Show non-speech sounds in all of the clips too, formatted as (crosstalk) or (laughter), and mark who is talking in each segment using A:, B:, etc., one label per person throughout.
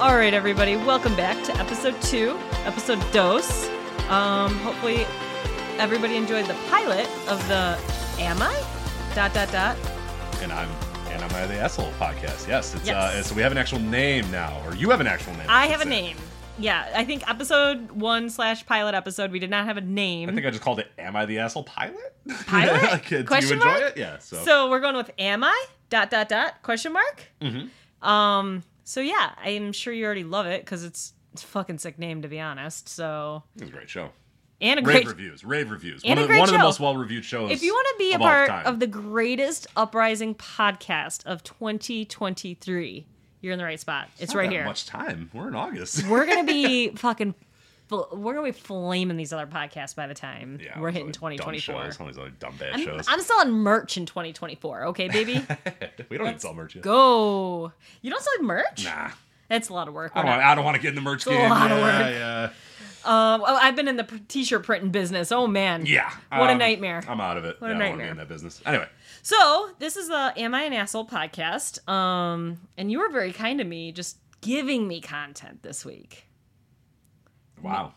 A: right, everybody, welcome back to episode two, episode dos. Um, hopefully, everybody enjoyed the pilot of the Am I? Dot dot dot.
B: and I'm and I'm at the Essel podcast. Yes, it's uh,
A: Yes.
B: so we have an actual name now, or you have an actual name.
A: I
B: should
A: have a
B: say.
A: name. Yeah, I think episode one slash pilot episode. We did not have a name.
B: I think I just called it "Am I the Asshole Pilot?" (laughs)
A: Pilot?
B: Like, uh, do
A: Question
B: you enjoy
A: mark?
B: it? Yeah. So,
A: so. we're going with Am I? Dot dot dot. Question mark.
B: Mhm.
A: Um. So yeah, I'm sure you already love it because it's, it's a fucking sick name to be honest. So
B: it was a great show.
A: and a
B: Rave
A: great
B: reviews. Rave reviews.
A: And
B: one
A: a
B: of,
A: great
B: one of the
A: show.
B: most well-reviewed shows.
A: If you want to be a
B: of all
A: part
B: time.
A: of the greatest uprising podcast of 2023, you're in the right spot. It's
B: Not
A: right
B: that
A: here.
B: Much time. We're in August.
A: (laughs) We're gonna be
B: (laughs)
A: fucking. fl- We're gonna be flaming these other podcasts by the time
B: Yeah,
A: we're
B: all
A: hitting
B: these other dumb
A: 2024.
B: shows, All these other dumb bad
A: I'm,
B: shows.
A: I'm selling merch in 2024. Okay,
B: (laughs)
A: baby,
B: we don't even sell merch yet.
A: go. You don't sell merch?
B: Nah.
A: That's a lot of work.
B: I
A: We're
B: don't, want,
A: not-
B: I don't want to get in the merch
A: a
B: game.
A: lot of
B: yeah,
A: work.
B: yeah,
A: Um, oh, I've been in the pr- t-shirt printing business. Oh man.
B: yeah.
A: What a
B: Um,
A: nightmare.
B: I'm out of it.
A: What a
B: yeah, I don't want to
A: nightmare.
B: be in that business. Anyway,
A: So this is the Am I an Asshole podcast. Um, and you were very kind to me, just giving me content this week.
B: wow.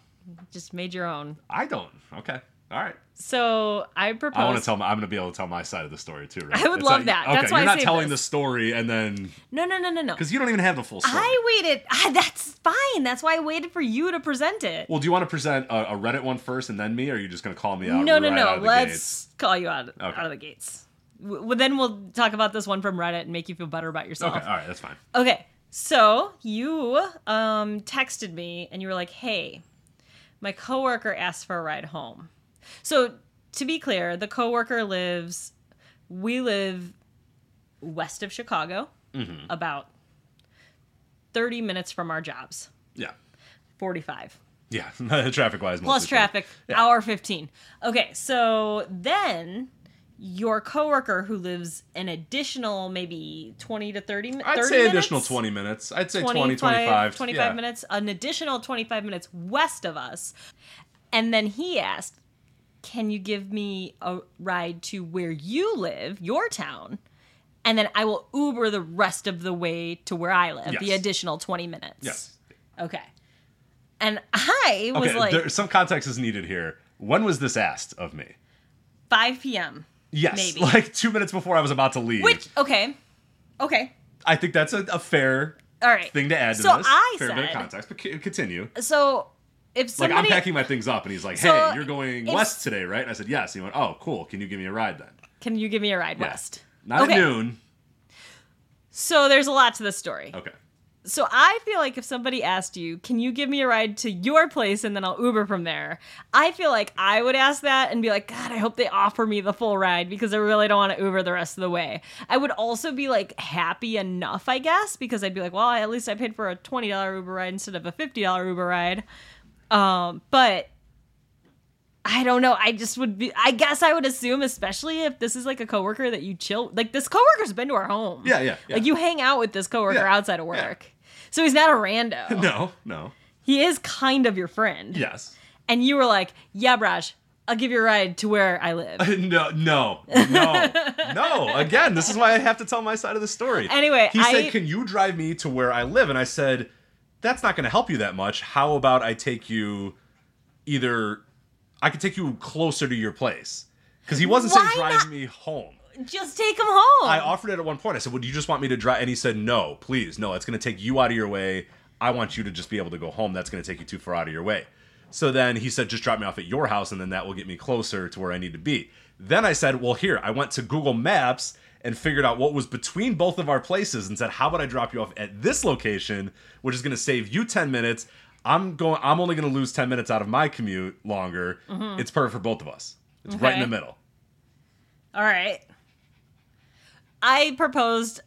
A: Just made your own.
B: I don't. Okay. All right.
A: So I propose.
B: I want to tell. My, I'm going to be able to tell my side of the story too. Right?
A: I would
B: It's
A: love
B: not-
A: that.
B: Okay,
A: That's why I
B: you're not
A: saved
B: telling
A: this.
B: the story and then
A: No, no, no, no, no.
B: because you don't even have the full story.
A: I waited. (laughs) Ah, that's fine. That's why I waited for you to present it.
B: Well, do you want to present a, a Reddit one first and then me, or are you just going to call me out?
A: no, no,
B: right out
A: no.
B: of the
A: Let's
B: gates?
A: call you out, out
B: Okay.
A: of the gates. W- well, then we'll talk about this one from Reddit and make you feel better about yourself.
B: Okay. All right. That's fine.
A: Okay, so you um, texted me and you were like, "Hey, my coworker asked for a ride home." So to be clear, the coworker lives. We live west of Chicago,
B: Mm-hmm.
A: about thirty minutes from our jobs.
B: Yeah.
A: Forty-five
B: Yeah. (laughs) traffic wise.
A: plus traffic, hour 15. Okay, so then your coworker who lives an additional maybe 20 to 30 mi- 30
B: I'd
A: minutes.
B: say additional 20 minutes. I'd say 20, 25.
A: 25
B: yeah.
A: minutes, an additional 25 minutes west of us. And then he asked, Can you give me a ride to where you live, your town? And then I will Uber the rest of the way to where I live, the
B: Yes.
A: additional 20 minutes.
B: Yes.
A: Okay. And I was
B: Okay.
A: like,
B: there, some context is needed here. When was this asked of me?
A: 5 p.m.
B: Yes.
A: Maybe.
B: (laughs) Like two minutes before I was about to leave.
A: Which okay, okay,
B: I think that's a, a fair
A: all right.
B: thing to add to
A: So
B: this.
A: I
B: fair bit of
A: said-
B: context, but c- continue.
A: So if somebody,
B: like I'm packing my things up, and he's like, "Hey,
A: So,
B: you're going
A: if-
B: west today, right?" And I said, "Yes." And he went, "Oh, cool. Can you give me a ride then?"
A: can you give me a ride
B: Yeah.
A: west?
B: Not
A: okay.
B: at noon.
A: So there's a lot to this story.
B: Okay.
A: So I feel like if somebody asked you, "Can you give me a ride to your place and then I'll Uber from there?" I feel like I would ask that and be like, "God, I hope they offer me the full ride because I really don't want to Uber the rest of the way." I would also be like happy enough, I guess, because I'd be like, "Well, at least I paid for a twenty dollar Uber ride instead of a fifty dollar Uber ride." Um, but I don't know. I just would be. I guess I would assume, especially if this is like a coworker that you chill. Like this coworker's been to our home.
B: Yeah, yeah, yeah.
A: Like you hang out with this coworker
B: Yeah,
A: outside of
B: yeah.
A: work, so he's not a rando.
B: (laughs) No, no.
A: He is kind of your friend.
B: Yes. (laughs)
A: And you were like, "Yeah, Braj, I'll give you a ride to where I live."
B: (laughs) No, no,
A: (laughs)
B: no, no. Again, this is why I have to tell my side of the story.
A: Anyway,
B: he
A: I-
B: said, "Can you drive me to where I live?" And I said, "That's not going to help you that much. How about I take you, either I could take you closer to your place." Because he wasn't saying
A: Why
B: drive
A: not-
B: me home.
A: Just take him home.
B: I offered it at one point. I said, "Would you just want me to drive?" And he said, "No, please, no. It's going to take you out of your way. I want you to just be able to go home. That's going to take you too far out of your way." So then he said, "Just drop me off at your house, and then that will get me closer to where I need to be." Then I said, "Well, here." I went to Google Maps and figured out what was between both of our places, and said, "How about I drop you off at this location, which is going to save you ten minutes? I'm going. I'm only going to lose ten minutes out of my commute longer. It's perfect for both of us. It's right in
A: Okay.
B: the middle."
A: All right. I proposed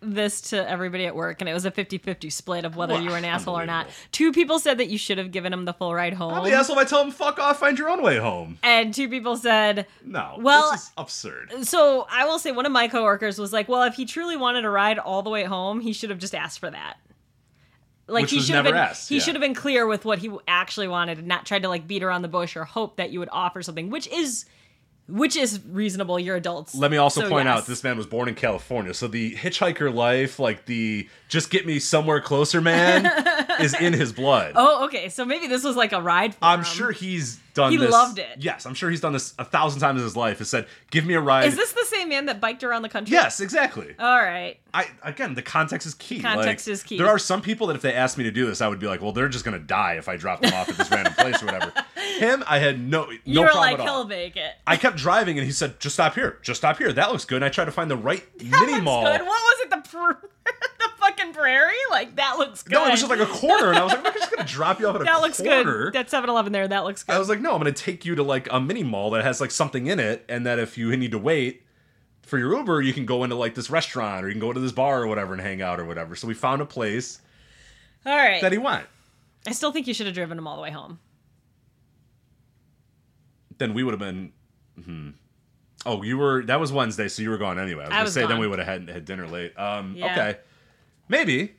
A: this to everybody at work, and it was a 50 50 split of whether
B: Well,
A: you were an asshole or not.
B: unbelievable.
A: Two people said that you should have given him the full ride
B: I'm
A: home.
B: the asshole if I tell him, "Fuck off, find your own way home."
A: And two people said,
B: No.
A: Well- uh,
B: this is absurd.
A: so I will say one of my coworkers was like, well, if he truly wanted a ride all the way home, he should have just asked for that. Like
B: Which
A: he
B: was
A: should have
B: never
A: been,
B: asked,
A: he
B: yeah.
A: should have been clear with what he actually wanted and not tried to like beat around the bush or hope that you would offer something, which is which is reasonable. You're adults.
B: Let me also
A: So,
B: point
A: yes.
B: out this man was born in California, so the hitchhiker life, like the just get me somewhere
A: (laughs)
B: closer man, is in his blood.
A: Oh, okay. So maybe this was like a ride. For
B: I'm
A: him.
B: sure he's done
A: He
B: this.
A: loved it.
B: Yes, I'm sure he's done this a thousand times in his life. Has said, "Give me a ride."
A: Is this the same man that biked around the country?
B: yes, exactly.
A: All right.
B: I again, the context is key.
A: Context
B: Like,
A: is key.
B: There are some people that if they asked me to do this, I would be like, "Well, they're just gonna die if I drop them off at this random place
A: (laughs)
B: or whatever." Him, I had no no
A: You were
B: problem
A: like,
B: at all.
A: he'll make it.
B: I kept driving, and he said, "Just stop here. Just stop here. That looks good." And I tried to find
A: (laughs)
B: the right mini
A: looks
B: mall.
A: Good. What was it? The pr- (laughs) the fucking prairie? Like that looks good.
B: No, it was just like a quarter, and I was like, "I'm
A: (laughs)
B: not just gonna drop you off at a
A: that looks
B: quarter."
A: good. That 7-Eleven there. That looks good.
B: I was like, "No, I'm gonna take you to like a mini mall that has like something in it, and that if you need to wait for your Uber, you can go into like this restaurant or you can go to this bar or whatever and hang out or whatever." So we found a place
A: All right.
B: Oh, that e- he went.
A: I still think you should have driven him all the way home.
B: Then we would have been. Hmm. Oh, you were. That was Wednesday, so you were gone anyway. I was gonna
A: was
B: say then
A: gone.
B: we would have had, had dinner late. Um.
A: Yeah.
B: Okay. Maybe,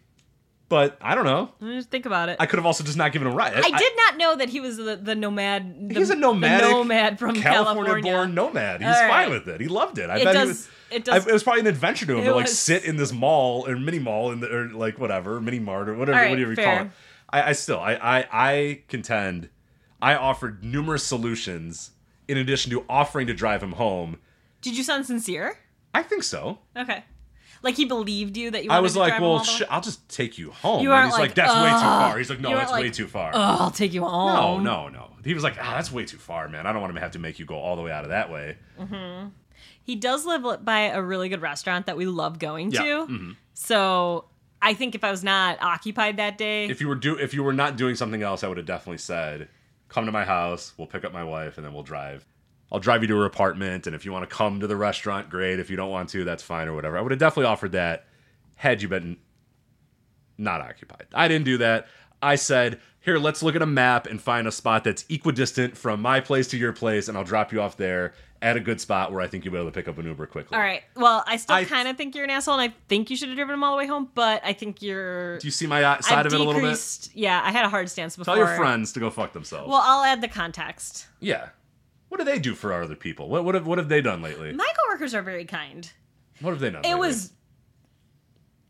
B: but I don't know.
A: Let me Just think about it.
B: I could have also just not given him a ride.
A: I did not know that he was the, the nomad. The,
B: He's a
A: the
B: nomadic
A: nomad from California.
B: California-born nomad. He's
A: All
B: fine
A: right.
B: with it. He loved it. I
A: It
B: bet
A: does-
B: he was.
A: it does-
B: I- it was probably an adventure to him
A: It
B: to like
A: was.
B: sit in this mall or mini mall in the, or like whatever mini mart or whatever
A: All right,
B: whatever you
A: fair.
B: call it. I, I still I, I I contend I offered numerous solutions in addition to offering to drive him home.
A: Did you sound sincere?
B: I think so.
A: Okay. Like he believed you that you.
B: I
A: wanted
B: was
A: to
B: like,
A: drive him
B: well,
A: all the way-
B: sh- I'll just take you home.
A: You
B: and
A: aren't
B: he's like,
A: like,
B: that's way too
A: "Ugh."
B: far. He's like, no,
A: You
B: that's
A: aren't
B: way
A: like,
B: too far.
A: oh, I'll take you
B: No,
A: home.
B: no, no. He was like, ah, that's way too far, man. I don't want to have to make you go all the way out of that way.
A: He does live by a really good restaurant that we love going
B: Yeah, mm-hmm.
A: to. So I think if I was not occupied that day,
B: if you were do if you were not doing something else, I would have definitely said, "Come to my house. We'll pick up my wife, and then we'll drive. I'll drive you to her apartment, and if you want to come to the restaurant, great. If you don't want to, that's fine or whatever." I would have definitely offered that had you been not occupied. I didn't do that. I said, "Here, let's look at a map and find a spot that's equidistant from my place to your place, and I'll drop you off there at a good spot where I think you'll be able to pick up an Uber quickly."
A: all right. Well, I still
B: I-
A: kind of think you're an asshole, and I think you should have driven him all the way home. But I think you're.
B: Do you see my uh, side
A: I've
B: of it a little bit?
A: decreased. Yeah, I had a hard stance before.
B: Tell your friends to go fuck themselves.
A: Well, I'll add the context.
B: Yeah. What do they do for our other people? What what have what have they done lately?
A: My coworkers are very kind.
B: What have they done?
A: It
B: lately?
A: was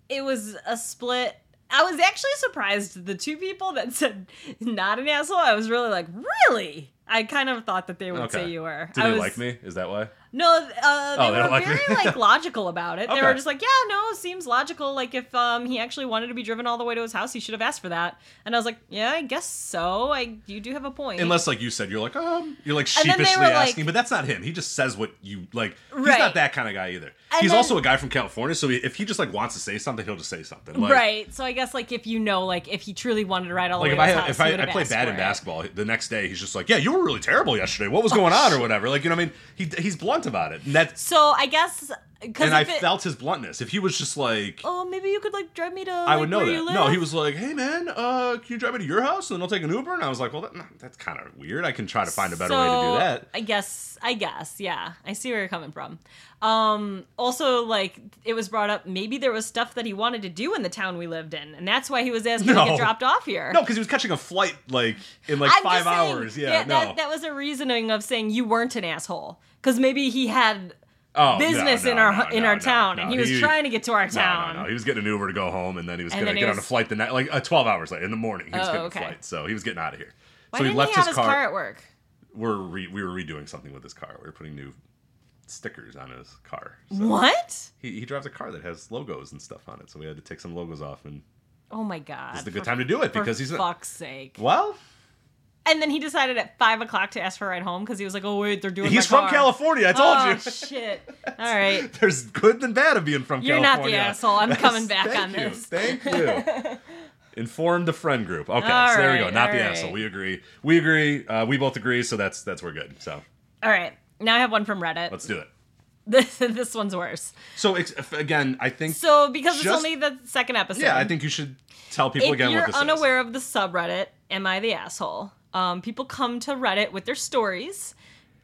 A: it was a split. I was actually surprised the two people that said not an asshole. I was really like, really? I kind of thought that they would
B: Okay.
A: say you were.
B: Do
A: I
B: they
A: was-
B: like me? Is that why?
A: No, th- uh, they
B: Oh, they
A: were
B: don't like me.
A: very like logical about it. They
B: Okay.
A: were just like, yeah, no, seems logical. Like if um he actually wanted to be driven all the way to his house, he should have asked for that. And I was like, yeah, I guess so. I you do have a point.
B: Unless like you said, you're like um, you're like
A: And then
B: sheepishly
A: they were like-
B: asking, but that's not him. He just says what you like. He's
A: Right.
B: not that kind of guy either.
A: And
B: he's
A: then-
B: also a guy from California, so if he just like wants to say something, he'll just say something. Like,
A: right. So I guess like if you know, like if he truly wanted to ride all the
B: Like
A: way
B: if
A: to
B: I
A: his
B: had,
A: house,
B: if
A: he
B: I,
A: would
B: I
A: have
B: play
A: asked
B: bad
A: for
B: in
A: it.
B: basketball, the next day he's just like, yeah, you were really terrible yesterday. What was going on or whatever? Like you know what I mean? He he's blunt about it, and that's
A: So I guess because
B: and I felt his bluntness. If he was just like,
A: oh, maybe you could like drive me to.
B: I would know that. No, he was like, "Hey man, uh, can you drive me to your house and then I'll take an Uber?" And I was like, "Well, that, nah, that's kind of weird. I can try to find a better way to do that."
A: I guess. I guess. Yeah, I see where you're coming from. Um, also, like it was brought up, maybe there was stuff that he wanted to do in the town we lived in, and that's why he was asking
B: No.
A: to get dropped off here.
B: No, because he was catching a flight like in like
A: I'm
B: five
A: just saying,
B: hours. Yeah, no.
A: that, that was a reasoning of saying you weren't an asshole because maybe he had
B: oh, no,
A: business
B: no,
A: in our
B: no,
A: in
B: no,
A: our
B: no,
A: town,
B: no.
A: and he was trying to get to our
B: No,
A: town.
B: No, no, he was getting an Uber to go home, and then he was
A: And then
B: going to
A: he
B: get on a
A: was-
B: flight the night, like uh, twelve hours like, in the morning. He was
A: Oh,
B: getting
A: okay.
B: a flight, so he was getting out of here.
A: Why
B: so he
A: didn't
B: left
A: he have his
B: his car.
A: car at work?
B: We're re- we were redoing something with his car. We were putting new stickers on his car. So
A: What?
B: he, he drives a car that has logos and stuff on it, so we had to take some logos off and
A: Oh my god!
B: It's the
A: for
B: good time to do it because
A: for
B: he's
A: fuck's sake.
B: well.
A: And then he decided at five o'clock to ask for a ride home because he was like, "Oh wait, they're doing."
B: He's
A: my
B: from
A: car."
B: California. I told
A: oh,
B: you.
A: shit! All right.
B: (laughs) There's good and bad of being from
A: You're not the
B: California.
A: asshole.
B: (laughs)
A: I'm coming back
B: Thank
A: on
B: you.
A: this. (laughs)
B: Thank you. Inform the friend group. Okay,
A: All
B: so there we go.
A: right,
B: Not
A: all
B: the
A: right.
B: asshole. We agree. We agree. Uh, we both agree. So that's that's we're good. So
A: All right. Now I have one from Reddit.
B: let's do it.
A: (laughs) This, this one's worse.
B: So ex- if- again, I think
A: So because it's
B: Just-
A: only the second episode.
B: yeah, I think you should tell people
A: If
B: again
A: you're
B: what this
A: unaware of the subreddit, am I the asshole? Um, people come to Reddit with their stories,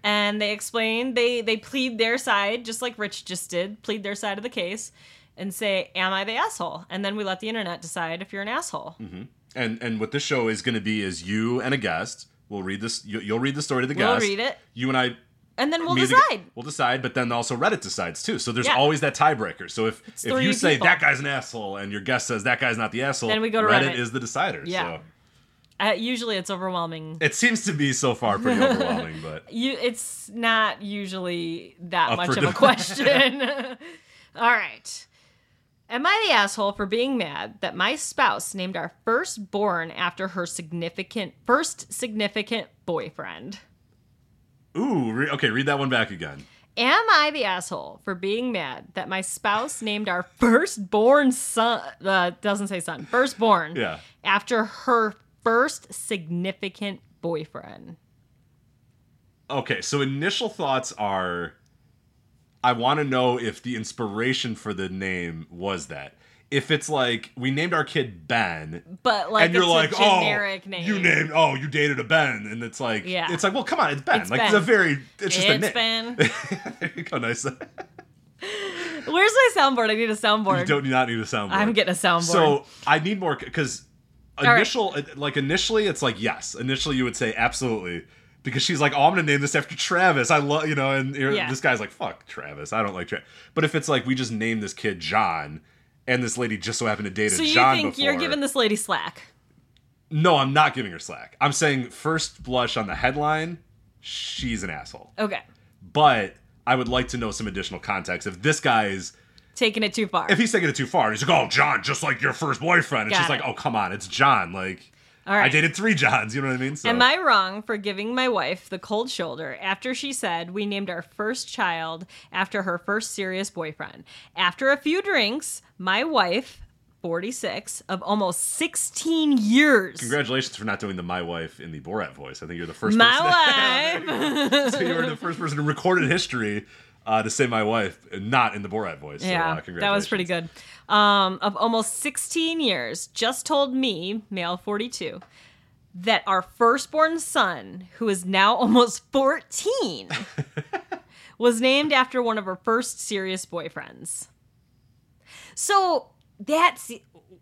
A: and they explain they they plead their side, just like Rich just did, plead their side of the case, and say, "Am I the asshole?" And then we let the internet decide if you're an asshole.
B: is. And and what this show is going to be is you and a guest. We'll read this. You, you'll read the story to the
A: We'll
B: guest.
A: read it.
B: You and I
A: and then we'll
B: me to
A: decide.
B: get- we'll decide, but then also Reddit decides too. So there's
A: Yeah.
B: always that tiebreaker. So if if
A: three
B: you say
A: people.
B: that guy's an asshole and your guest says that guy's not the asshole,
A: Then we go to
B: Reddit,
A: Reddit.
B: is the decider.
A: Yeah.
B: So
A: Uh, usually, it's overwhelming.
B: it seems to be so
A: (laughs)
B: far pretty overwhelming, but
A: You, it's not usually that
B: Up
A: much of
B: for
A: a
B: debate. (laughs)
A: question. (laughs) All right. Am I the asshole for being mad that my spouse named our firstborn after her significant first significant boyfriend?
B: ooh, re- okay, read that one back again.
A: Am I the asshole for being mad that my spouse named our firstborn son, uh, doesn't say son, firstborn,
B: Yeah.
A: after her first significant boyfriend?
B: Okay, so initial thoughts are I want to know if the inspiration for the name was that. If it's like we named our kid Ben
A: But like,
B: and you're
A: it's
B: like,
A: a generic
B: "Oh,
A: name.
B: you named oh, you dated a Ben." And it's like
A: Yeah.
B: it's like, "Well, come on, it's Ben."
A: It's
B: like
A: Ben.
B: it's a very it's just
A: It's
B: a name.
A: been.
B: (laughs) there you go, nice. you
A: Where's my soundboard? I need a soundboard.
B: don't you not need a soundboard.
A: I'm getting a soundboard.
B: So, I need more cuz
A: right.
B: initial uh, like initially it's like yes. Initially you would say absolutely. Because she's like, oh, I'm gonna name this after Travis. I love, you know, and you're-
A: Yeah.
B: this guy's like, fuck Travis. I don't like Travis. But if it's like we just named this kid John, and this lady just so happened to date
A: So
B: a
A: you
B: John
A: think
B: before,
A: you're giving this lady slack?
B: no, I'm not giving her slack. I'm saying first blush on the headline, she's an asshole.
A: Okay,
B: But I would like to know some additional context. If this guy's
A: taking it too far.
B: if he's taking it too far, he's like, "Oh, John, just like your first boyfriend," and
A: Got
B: she's like,
A: it.
B: "Oh, come on, it's John." Like,
A: All right.
B: I dated three Johns. You know what I mean? So,
A: Am I wrong for giving my wife the cold shoulder after she said we named our first child after her first serious boyfriend? After a few drinks, my wife, 46, of almost 16 years,
B: Congratulations for not doing the my wife in the Borat voice. I think you're the (laughs) first.
A: my
B: person (laughs)
A: wife.
B: so you were the first person in recorded history uh, to say my wife, not in the Borat voice. So, uh,
A: yeah,
B: congratulations.
A: that was pretty good. Um, of almost 16 years, just told me, male 42, that our firstborn son, who is now (laughs) almost
B: (laughs)
A: 14, was named after one of her first serious boyfriends. So that's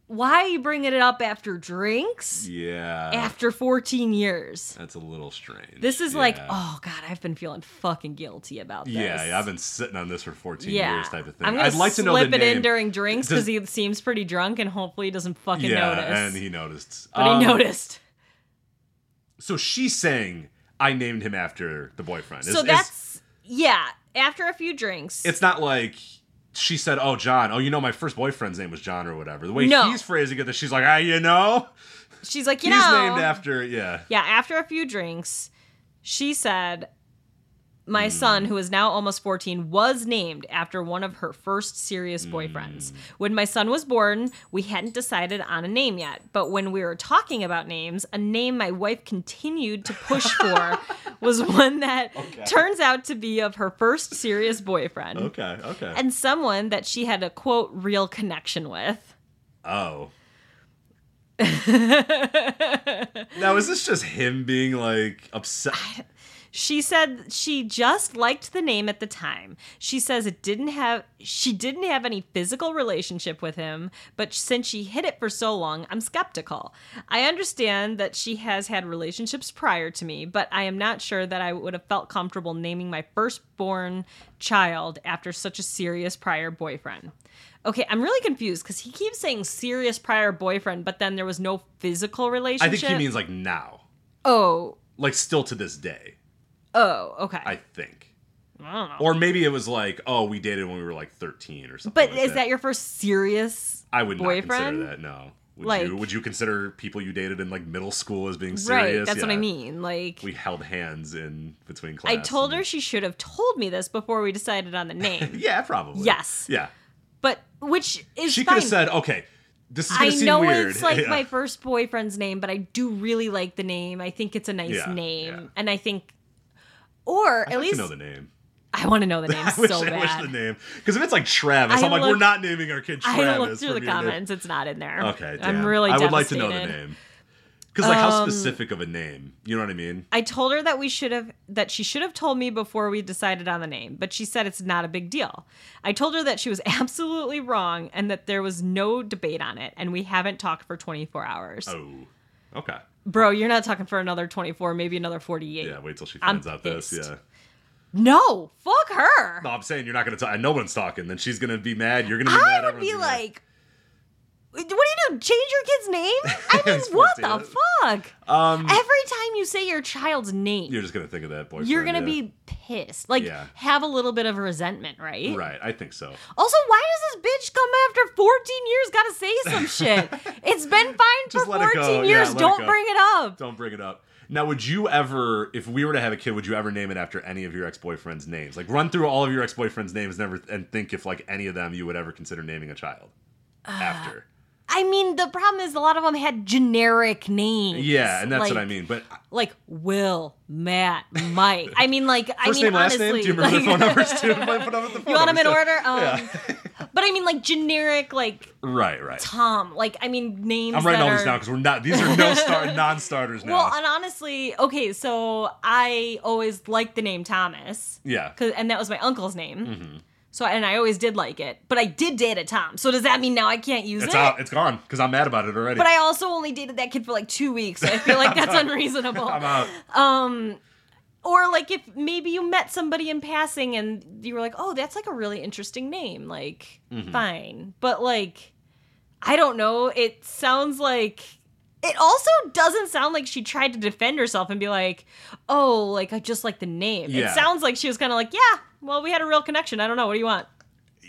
A: why are you bringing it up after drinks?
B: Yeah,
A: After 14 years.
B: that's a little strange.
A: This is like,
B: Yeah.
A: oh God, I've been feeling fucking guilty about this.
B: Yeah, yeah, I've been sitting on this for 14
A: yeah.
B: years, type of thing.
A: I'm gonna
B: I'd like to
A: slip
B: know the
A: it
B: name.
A: in during drinks
B: Does-
A: because he seems pretty drunk and hopefully he doesn't fucking
B: yeah,
A: notice.
B: and he noticed.
A: but
B: Um,
A: he noticed.
B: So she's saying, "I named him after the boyfriend." Is-
A: So
B: is-
A: that's yeah. After a few drinks,
B: it's not like she said, "Oh, John. Oh, you know, my first boyfriend's name was John or whatever." The way
A: No.
B: he's phrasing it, that she's like, "Ah, you know,
A: she's like, you
B: he's
A: know,
B: named after." Yeah,
A: yeah. After a few drinks, she said, "My son, who is now almost 14, was named after one of her first serious boyfriends. When my son was born, we hadn't decided on a name yet, but when we were talking about names, a name my wife continued to push for was one that turns out to be of her first serious boyfriend."
B: okay, okay.
A: and someone that she had a quote real connection with. (laughs)
B: oh, now is this just him being like upset?
A: She said she just liked the name at the time. She says it didn't have she didn't have any physical relationship with him, but since she hid it for so long, I'm skeptical. I understand that she has had relationships prior to me, but I am not sure that I would have felt comfortable naming my firstborn child after such a serious prior boyfriend. Okay, I'm really confused because he keeps saying serious prior boyfriend, but then there was no physical
B: I
A: relationship.
B: think he means like now,
A: oh,
B: like still to this day.
A: oh, okay.
B: I think.
A: I don't know.
B: Or maybe it was like, oh, we dated when we were like 13 or something.
A: But
B: like
A: is that your first serious?
B: I would not
A: boyfriend?
B: consider that. No. Would
A: Like-
B: you? Would you consider people you dated in like middle school as being
A: Right,
B: serious?
A: that's what I
B: Yeah.
A: mean. Like,
B: We held hands in between class.
A: I told her
B: and-
A: she should have told me this before we decided
B: (laughs)
A: on the name.
B: Yeah, probably.
A: Yes.
B: Yeah.
A: but which is
B: She could
A: fine.
B: have said, "Okay, this is gonna
A: I
B: seem
A: know
B: weird." (laughs)
A: it's like
B: Yeah.
A: my first boyfriend's name, but I do really like the name. I think it's a nice
B: Yeah,
A: name,
B: yeah.
A: and I think, or
B: I'd
A: at
B: like
A: least
B: to know
A: (laughs)
B: the name.
A: I want to know the name
B: (laughs) I
A: so
B: wish,
A: bad.
B: I wish the name because if it's like Travis,
A: I
B: I am like,
A: looked-
B: we're not naming our kid
A: (laughs)
B: Travis.
A: I looked through
B: from
A: the
B: your name."
A: comments; it's not in there.
B: Okay,
A: I'm
B: damn.
A: really.
B: I would like to know the
A: devastated. Um,
B: name because like how specific of a name? You know what I mean?
A: I told her that we should have that she should have told me before we decided on the name, but she said it's not a big deal. I told her that she was (laughs) absolutely wrong and that there was no debate on it and we haven't talked for 24 hours.
B: Oh, okay.
A: Bro, you're not talking for another 24, maybe another 48.
B: Yeah, wait till she
A: I'm
B: finds out this.
A: pissed.
B: Yeah.
A: No, fuck her.
B: (laughs) No, I'm saying you're not gonna talk. No one's talking. Then she's gonna be mad. You're gonna be
A: I
B: mad.
A: would be
B: everyone's gonna
A: like, what do you do? Change your kid's
B: (laughs)
A: name? I mean,
B: It's
A: what the
B: fourteen.
A: fuck?
B: Um,
A: Every time you say your child's name,
B: you're
A: you're,
B: just gonna think of that boyfriend.
A: gonna
B: yeah.
A: be pissed. Like,
B: Yeah.
A: have a little bit of resentment, right?
B: right. I think so.
A: Also, why does this bitch come after 14 years? Gotta say some
B: (laughs)
A: shit. it's been fine
B: Just
A: for
B: let it
A: 14
B: go. Yeah,
A: years.
B: let it
A: Don't
B: go.
A: bring it up.
B: Don't bring it up. Now, would you ever, if we were to have a kid, would you ever name it after any of your ex-boyfriend's names? Like, run through all of your ex-boyfriend's names, never, and think if like any of them you would ever consider naming a child
A: Uh,
B: after.
A: I mean, the problem is a lot of them had generic names.
B: Yeah, and that's what
A: Like-
B: I mean. But
A: Like Will, Matt, Mike. I mean, like, I
B: first
A: mean,
B: name, last
A: honestly,
B: name. Do you remember
A: like- (laughs)
B: their phone numbers too? Might put them at the phone
A: You want them in
B: numbers,
A: order? Um, but I mean, like generic, like
B: yeah. Right, right.
A: Tom. Like I mean, names.
B: I'm writing
A: that
B: all these
A: are-
B: down because we're not. These are no star, non-starters
A: (laughs)
B: now.
A: Well, and honestly, okay, so I always liked the name Thomas,
B: yeah.
A: 'cause- and that was my uncle's name.
B: Mm-hmm.
A: So and I always did like it, but I did date a Tom. So does that mean now I can't use
B: It's
A: it?
B: out. It's gone because I'm mad about it already.
A: But I also only dated that kid for like two weeks. So I feel like
B: (laughs)
A: that's unreasonable.
B: I'm out.
A: or like if maybe you met somebody in passing and you were like oh that's like a really interesting name like
B: Mm-hmm.
A: fine but like i don't know it sounds like it also doesn't sound like she tried to defend herself and be like oh like i just like the name it
B: Yeah.
A: sounds like she was kind of like yeah well we had a real connection i don't know what do you want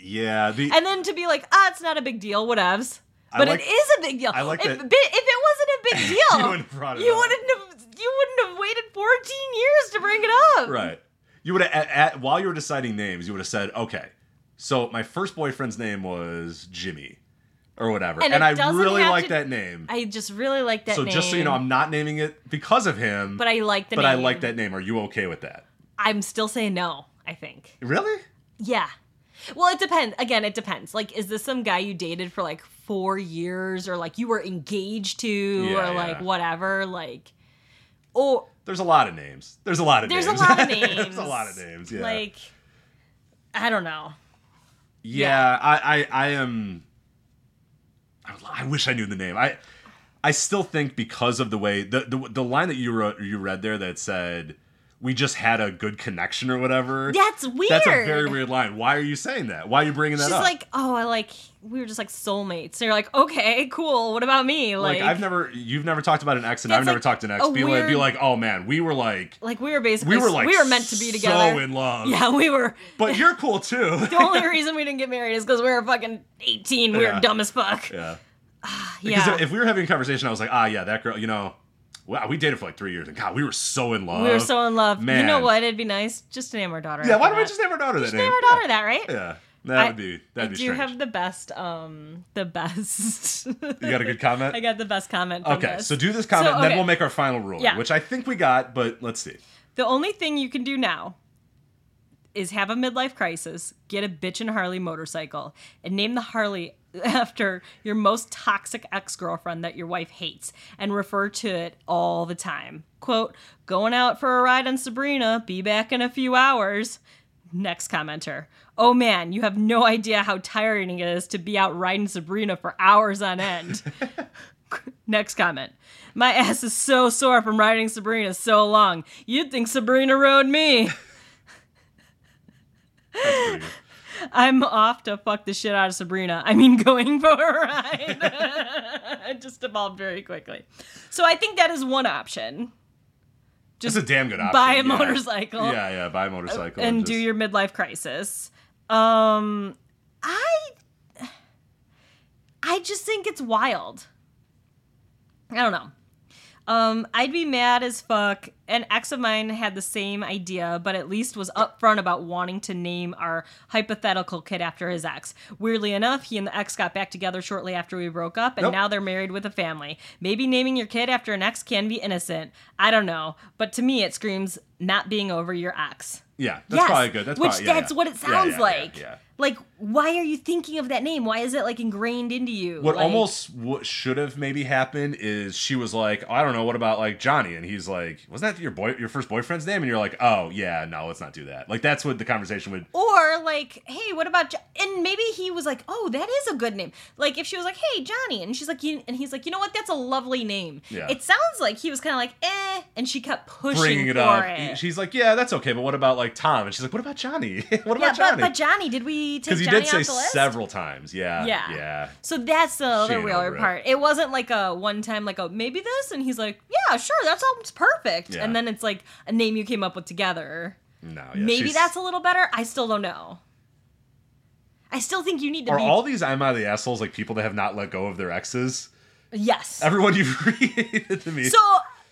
B: Yeah. The, (laughs)
A: and then to be like ah it's not a big deal whatevs
B: I
A: but
B: like-
A: it is a big deal.
B: I like
A: if, bi- if
B: that-
A: it wasn't a big deal,
B: (laughs) You wouldn't have brought it
A: you
B: up.
A: wouldn't have. You wouldn't have waited 14 years to bring it up.
B: right. You would have at, at, while you were deciding names, you would have said, "Okay, so my first boyfriend's name was Jimmy, or whatever,
A: And
B: and,
A: it
B: I
A: doesn't
B: really
A: have
B: like
A: to-
B: that name.
A: I just really like that
B: so
A: name.
B: just so you know, I'm not naming it because of him,
A: but I like the
B: but
A: name.
B: I like that name. Are you okay with that?
A: I'm still saying no, I think.
B: Really?
A: Yeah. Well, it depends. Again, it depends. Like, is this some guy you dated for like four years or like you were engaged to
B: Yeah,
A: or like
B: yeah.
A: whatever? Like, or
B: There's a lot of names. There's a lot of
A: there's a
B: names.
A: lot of names.
B: (laughs) There's a lot of names. Yeah.
A: Like, I don't know.
B: Yeah, I, I, I am. I, would- I wish I knew the name. I, I still think because of the way the the, the line that you wrote, you read there that said, "We just had a good connection" or whatever.
A: That's weird.
B: That's a very weird line. Why are you saying that? Why are you bringing that
A: She's
B: up?
A: like, oh, I like, we were just like soulmates. So you're like, okay, cool. What about me?
B: Like,
A: Like,
B: I've never, you've never talked about an ex, and
A: It's
B: I've never
A: like
B: talked to an ex.
A: a
B: Be like, be
A: weird-
B: like, oh man, we were like,
A: like we were basically,
B: we were like,
A: we were meant to be together.
B: so in
A: (laughs)
B: love.
A: yeah, we were.
B: But you're cool too.
A: The only reason we didn't get married is because we were fucking 18. We
B: Yeah.
A: were dumb as fuck.
B: (laughs) yeah. Because
A: Yeah.
B: if we were having a conversation, I was like, ah, yeah, that girl, you know, wow, we dated for like three years, and God, we were so in love.
A: we were so in love. You
B: Man.
A: know what? It'd be nice just to name our daughter.
B: Yeah, why
A: after
B: don't we
A: that.
B: just name our daughter that
A: Just
B: name?
A: name our daughter that, right?
B: Yeah, Yeah. that
A: I-
B: would be that'd
A: I do
B: be strange.
A: have the best, um, the best. (laughs)
B: you got a good comment?
A: I got the best comment. From
B: okay,
A: this.
B: so do this comment,
A: So,
B: and then
A: okay.
B: we'll make our final rule,
A: Yeah.
B: which I think we got, but let's see.
A: The only thing you can do now is have a midlife crisis, get a bitch and Harley motorcycle, and name the Harley (laughs) after your most toxic ex girlfriend that your wife hates and refer to it all the time. Quote, going out for a ride on Sabrina, be back in a few hours. Next commenter. Oh man, you have no idea how tiring it is to be out riding Sabrina for hours on end. Next comment. My (laughs) ass is so sore from riding Sabrina so long. You'd think Sabrina rode me. (laughs)
B: That's pretty good.
A: I'm off to fuck the shit out of Sabrina. I mean, (laughs) going for a ride. (laughs) it just evolved very quickly. So I think that is one option.
B: Just a damn good option.
A: buy a
B: yeah.
A: motorcycle.
B: Yeah, yeah, buy a motorcycle.
A: and do
B: just-
A: your midlife crisis. Um, I, I just think it's wild. I don't know. Um, I'd be mad as fuck. An ex of mine had the same idea, but at least was upfront about wanting to name our hypothetical kid after his ex. Weirdly enough, he and the ex got back together shortly after we broke up, and
B: Nope.
A: now they're married with a family. Maybe naming your kid after an ex can be innocent. I don't know, but to me, it screams not being over your ex.
B: Yeah, that's probably good. That's
A: which
B: probably, yeah,
A: that's
B: yeah.
A: what it
B: Yeah,
A: sounds
B: yeah, yeah,
A: like.
B: yeah.
A: Like, why are you thinking of that name? Why is it like ingrained into you?
B: What
A: Like-
B: almost what should have maybe happened is she was like, I don't know, what about like Johnny? And he's like, wasn't that your boy, your first boyfriend's name? And you're like, oh yeah, no, let's not do that. Like that's what the conversation would.
A: Or like, hey, what about? Jo-? And maybe he was like, oh, that is a good name. Like if she was like, hey, Johnny, and she's like, you, and he's like, you know what? That's a lovely name.
B: Yeah.
A: It sounds like he was kind of like, eh, eh, and she kept pushing
B: bringing it
A: for
B: up.
A: it.
B: She's like, yeah, that's okay, but what about like Tom? And she's like, what about Johnny? (laughs) what
A: yeah,
B: about
A: but,
B: Johnny?
A: but Johnny, did we take
B: he
A: Johnny
B: did say
A: off the list?
B: several times. Yeah.
A: Yeah.
B: Yeah.
A: So that's the other
B: ain't over
A: weird
B: it.
A: part. It. wasn't like a one time, like a maybe this, and he's like, yeah, sure, that sounds perfect.
B: Yeah.
A: And then it's like a name you came up with together.
B: No. Yeah,
A: maybe
B: she's-
A: that's a little better. I still don't know. I still think you need to
B: Are
A: be
B: all these I'm out of the assholes like people that have not let go of their exes?
A: yes.
B: Everyone you've (laughs) created to me.
A: so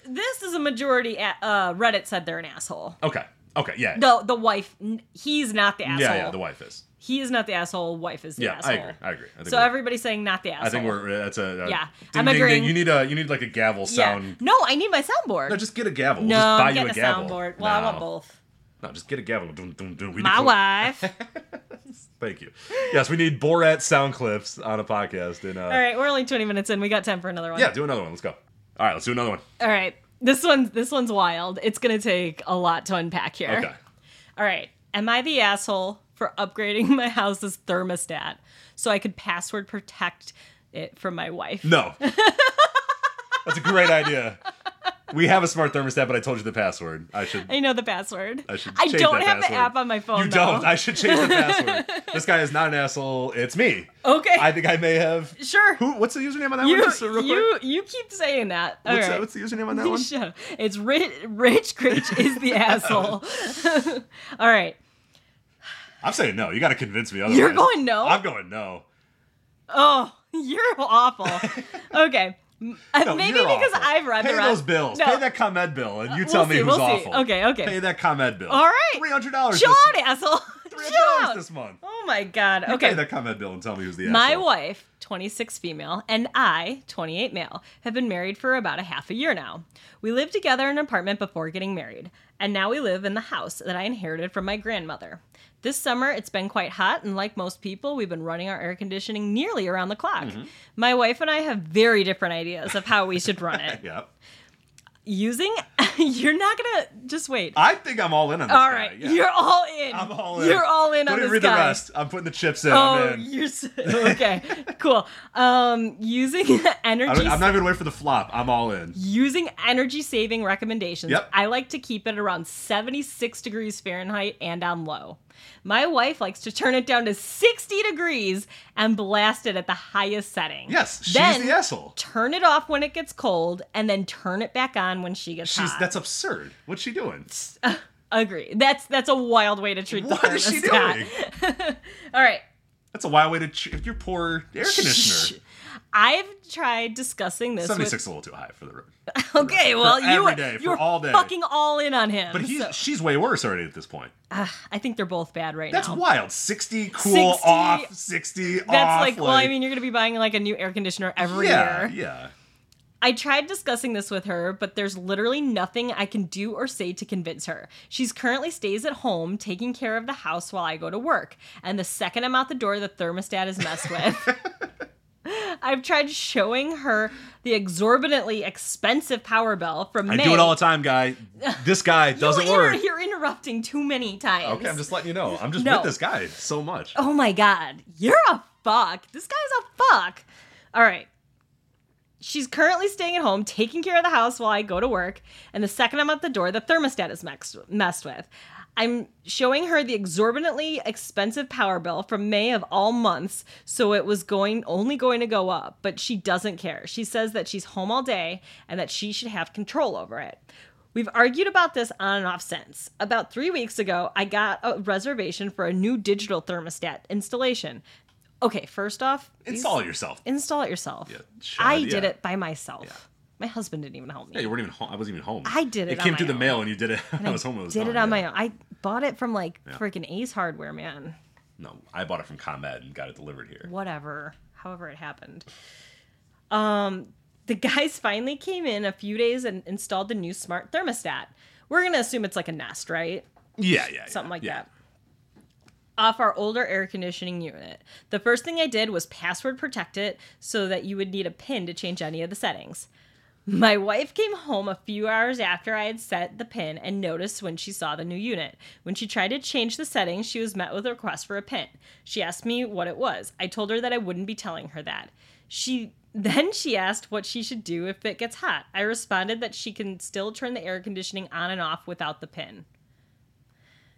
A: this is a majority. a- Uh, Reddit said they're an asshole.
B: okay. Okay. Yeah.
A: The the wife, n- he's not the
B: yeah.
A: asshole.
B: Yeah. The wife is.
A: he is not the asshole. Wife is the
B: Yeah.
A: asshole.
B: I agree. I agree. I think
A: So
B: we're-
A: everybody's saying not the asshole.
B: I think we're that's a, a
A: Yeah,
B: Ding,
A: I'm
B: ding,
A: agreeing.
B: Ding. You need a you need like a gavel
A: Yeah.
B: sound.
A: No, I need my soundboard.
B: No, just get a gavel. We'll
A: no,
B: just buy
A: I'm
B: you a
A: getting a
B: gavel.
A: soundboard. Well, I
B: no.
A: want both.
B: No, just get a gavel. Dun, dun, dun. We
A: My
B: need-
A: wife.
B: (laughs) Thank you. Yes, we need Borat sound clips on a podcast. And uh,
A: All right, we're only 20 minutes in. We got time for another one.
B: yeah, do another one. Let's go. All right, let's do another one.
A: All right. This one's this one's wild. It's going to take a lot to unpack here.
B: Okay.
A: All right. Am I the asshole for upgrading my house's thermostat so I could password protect it from my wife? (laughs)
B: No. That's a great idea. We have a smart thermostat, but I told you the password. I should.
A: I know the password.
B: I should
A: I
B: change
A: don't
B: that
A: have the
B: password.
A: app on my phone.
B: you
A: though.
B: don't. I should change the password.
A: (laughs)
B: this guy is not an asshole. It's me.
A: okay.
B: I think I may have.
A: sure.
B: Who? What's the username on that
A: you,
B: one? Just, uh, real quick.
A: you you keep saying that. All right.
B: What's, uh, what's the username on that one?
A: Shut up. (laughs) It's rich. Rich Critch is
B: (laughs)
A: the asshole. (laughs) All right.
B: I'm saying no. You got to convince me otherwise.
A: You're going no?
B: I'm going no.
A: Oh, (laughs) you're
B: (laughs)
A: awful. okay. M- uh,
B: No,
A: Maybe
B: you're
A: because
B: awful.
A: I've read
B: Pay
A: the
B: those
A: Red-
B: bills.
A: No.
B: Pay that ComEd bill, and you
A: Uh,
B: tell
A: we'll
B: me
A: see,
B: who's
A: we'll see.
B: awful.
A: Okay, okay.
B: Pay that ComEd bill.
A: All right.
B: Three hundred dollars.
A: Chill
B: This,
A: out, asshole. (laughs)
B: three
A: Chill
B: hundred dollars
A: out.
B: this month.
A: Oh my god.
B: Pay
A: Okay.
B: that ComEd bill and tell me who's the
A: My
B: asshole.
A: wife, 26 female, and I, 28 male, have been married for about a half a year now. We lived together in an apartment before getting married, and now we live in the house that I inherited from my grandmother. This summer, it's been quite hot, and like most people, we've been running our air conditioning nearly around the clock.
B: Mm-hmm.
A: My wife and I have very different ideas of how we should run
B: (laughs)
A: it.
B: Yep.
A: Using, (laughs) you're not gonna just wait.
B: I think I'm all in on this.
A: all
B: guy,
A: right,
B: yeah.
A: you're all in.
B: I'm all in.
A: You're all in
B: Don't
A: on
B: even
A: this
B: read
A: guy.
B: the rest. I'm putting the chips in.
A: Oh,
B: I'm in.
A: you're
B: (laughs)
A: so, okay. cool. Um, using
B: I
A: (laughs) energy
B: don't, I'm not even waiting for the flop. I'm all in.
A: using energy saving recommendations.
B: Yep.
A: I like to keep it around 76 degrees Fahrenheit and on low. My wife likes to turn it down to 60 degrees and blast it at the highest setting.
B: Yes, she's
A: Then
B: the asshole.
A: Turn it off when it gets cold, and then turn it back on when she gets
B: She's
A: hot.
B: that's absurd. What's she doing?
A: Agree. That's that's a wild way to treat the
B: What is she
A: thermostat.
B: doing?
A: (laughs) All right.
B: That's a wild way to treat your poor air conditioner.
A: I've tried discussing this.
B: Seventy
A: with-
B: six is a little too high for the road.
A: Okay, well, you
B: every
A: were,
B: day, for
A: you were
B: all day.
A: fucking all in on him.
B: But he's
A: so-
B: she's way worse already at this point.
A: I think they're both bad right
B: That's
A: now.
B: wild. Sixty cool
A: 60
B: off. Sixty off.
A: That's like, well, I mean, you're going to be buying like a new air conditioner every
B: yeah,
A: year.
B: yeah.
A: I tried discussing this with her, but there's literally nothing I can do or say to convince her. She's currently stays at home taking care of the house while I go to work, and the second I'm out the door, the thermostat is messed
B: (laughs)
A: with. I've tried showing her the exorbitantly expensive power bill from
B: I
A: May.
B: do it all the time, guy.
A: (laughs)
B: This guy doesn't
A: You inter-
B: work.
A: You're interrupting too many times.
B: Okay, I'm just letting you know. I'm just
A: No.
B: with this guy so much.
A: Oh my god, you're a fuck. This guy's a fuck. All right. She's currently staying at home, taking care of the house while I go to work, and the second I'm at the door, the thermostat is mexed, messed with. I'm showing her the exorbitantly expensive power bill from May of all months, so it was going only going to go up, but she doesn't care. She says that she's home all day and that she should have control over it. We've argued about this on and off since. About three weeks ago, I got a reservation for a new digital thermostat installation. Okay, first off, these-
B: Install it yourself.
A: install it yourself.
B: sure,
A: I
B: yeah.
A: did it by myself. My husband didn't even help me.
B: Yeah, you weren't even home. I wasn't even home.
A: I did it
B: It
A: on
B: came
A: my
B: through
A: own.
B: the mail, and you did it. (laughs) I was home. It was
A: did
B: done,
A: it on
B: yeah.
A: my own. I bought it from like freaking Ace Hardware, man.
B: No, I bought it from Combat and got it delivered here.
A: Whatever. However it happened. Um the (laughs) guys finally came in a few days and installed the new smart thermostat. We're going to assume it's like a Nest, right?
B: Yeah, yeah, yeah,
A: something like
B: yeah.
A: that off our older air conditioning unit. The first thing I did was password protect it so that you would need a pin to change any of the settings. My wife came home a few hours after I had set the pin and noticed when she saw the new unit. When she tried to change the settings, she was met with a request for a pin. She (laughs) asked me what it was. I told her that I wouldn't be telling her that. She Then she asked what she should do if it gets hot. I responded that she can still turn the air conditioning on and off without the pin.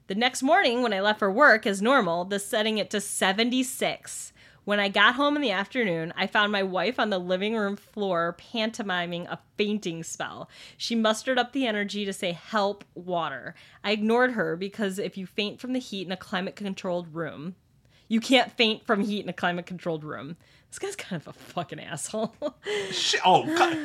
A: The next morning, when I left for work as normal, the setting it to 76. When I got home in the afternoon, I found my wife on the living room floor pantomiming a fainting spell. She mustered up the energy to say, Help, water. I ignored her because if you faint from the heat in a climate controlled room, you can't faint from heat in a climate controlled room. This guy's kind of a fucking asshole. (laughs)
B: Sh-
A: (gasps)
B: oh, God.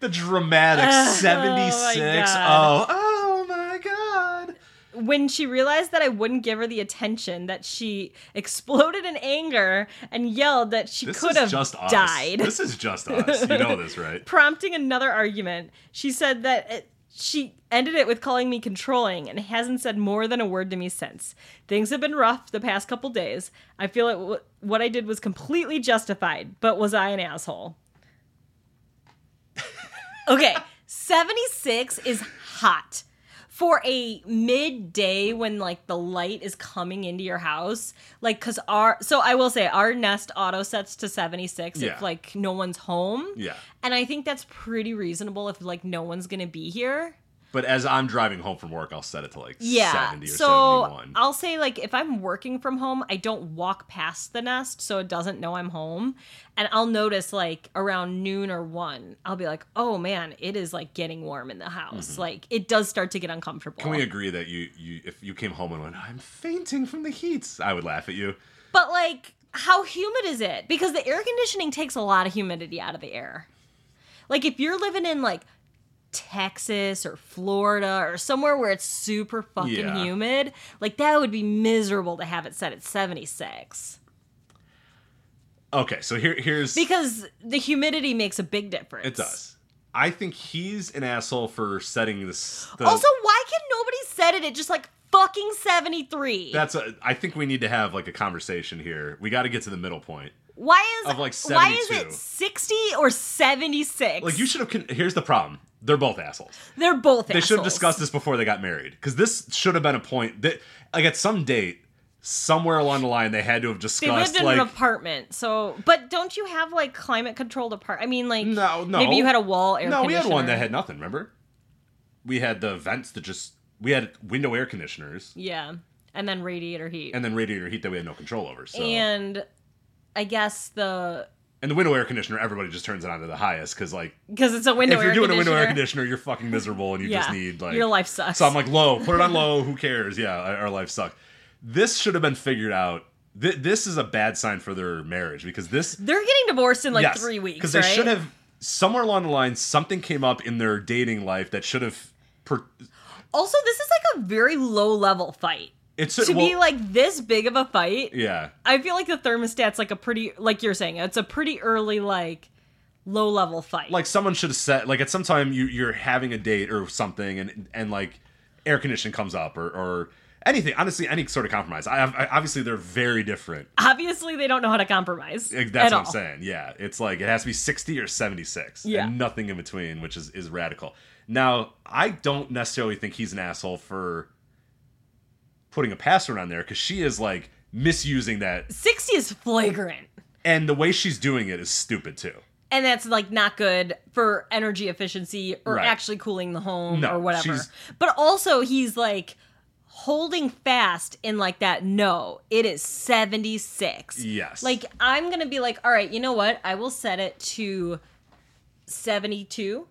B: the dramatic seventy six.
A: Oh God.
B: Oh, oh my God.
A: when she realized that I wouldn't give her the attention, that she (laughs) exploded in anger and yelled that she
B: This
A: could
B: is
A: have
B: just us.
A: died.
B: This is just us. You know this, right?
A: (laughs) prompting another argument. She said that it, she ended it with calling me controlling and hasn't said more than a word to me since. Things have been rough the past couple days. I feel it w- what I did was completely justified, but was I an asshole? okay, 76 is hot. For a midday when like the light is coming into your house, like cause our so I will say our nest auto sets to seventy six
B: Yeah.
A: if like no one's home.
B: Yeah.
A: And I think that's pretty reasonable if like no one's gonna be here.
B: But as I'm driving home from work, I'll set it to like
A: Yeah.
B: seventy or
A: so
B: seventy one.
A: I'll say like if I'm working from home, I don't walk past the nest so it doesn't know I'm home. And I'll notice like around noon or one, I'll be like, oh man, it is like getting warm in the house. Like it does start to get uncomfortable.
B: Mm-hmm. Can we agree that you, you if you came home and went, I'm fainting from the heat, I would laugh at you.
A: but like how humid is it? Because the air conditioning takes a lot of humidity out of the air. Like if you're living in like Texas or Florida or somewhere where it's super fucking
B: Yeah.
A: humid, like that would be miserable to have it set at 76
B: Okay, so here here's
A: because the humidity makes a big difference.
B: it does. I think he's an asshole for setting this. The,
A: Also, why can nobody set it at just like fucking 73?
B: that's a, I think we need to have like a conversation here. We got to get to the middle point.
A: why is
B: of, like,
A: why is
B: 72.
A: it 60 or 76?
B: Like you should have. Con- here's the problem. They're both assholes.
A: They're both
B: They should have discussed this before they got married because this should have been a point that, like, at some date, somewhere along the line, they had to have
A: They lived
B: discussed.
A: in
B: like,
A: an apartment, so but don't you have like climate controlled apart? I mean, like
B: No, no.
A: maybe you had a wall air.
B: no, we had one
A: conditioner.
B: that had nothing. Remember, we had the vents that just we had window air conditioners
A: yeah, and then radiator heat, and,
B: and then radiator heat that we had no control over. So,
A: I guess the
B: and the window air conditioner, everybody just turns it on to the highest because, like,
A: because it's a window
B: if
A: air
B: you're doing a
A: conditioner.
B: window air conditioner, you're fucking miserable and you just need like
A: your life sucks.
B: So I'm like, low, put it on low. Who cares? Yeah, our our life sucks. This should have been figured out. Th- this is a bad sign for their marriage because this
A: They're getting divorced in like
B: yes,
A: three weeks,
B: they
A: right?
B: should have somewhere along the line something came up in their dating life that should have. Per-
A: Also, this is like a very low level fight.
B: it's
A: To
B: well,
A: be like this big of a fight,
B: yeah.
A: I feel like the thermostat's like a pretty like you're saying it's a pretty early like low level fight.
B: like someone should have said like at some time you you're having a date or something and and like air conditioning comes up or or anything honestly any sort of compromise I, I obviously they're very different
A: obviously they don't know how to compromise.
B: Like,
A: at
B: that's what
A: all.
B: i'm saying yeah it's like it has to be 60 or 76
A: Yeah.
B: and nothing in between which is is radical now i don't necessarily think he's an asshole for putting a password on there because she is like misusing that
A: 60 is flagrant.
B: and the way she's doing it is stupid too
A: And that's like not good for energy efficiency or
B: Right.
A: actually cooling the home
B: No,
A: or whatever.
B: she's-
A: But also, he's like holding fast in like that no, it is 76.
B: yes
A: Like, I'm going to be like, all right, you know what? I will set it to 72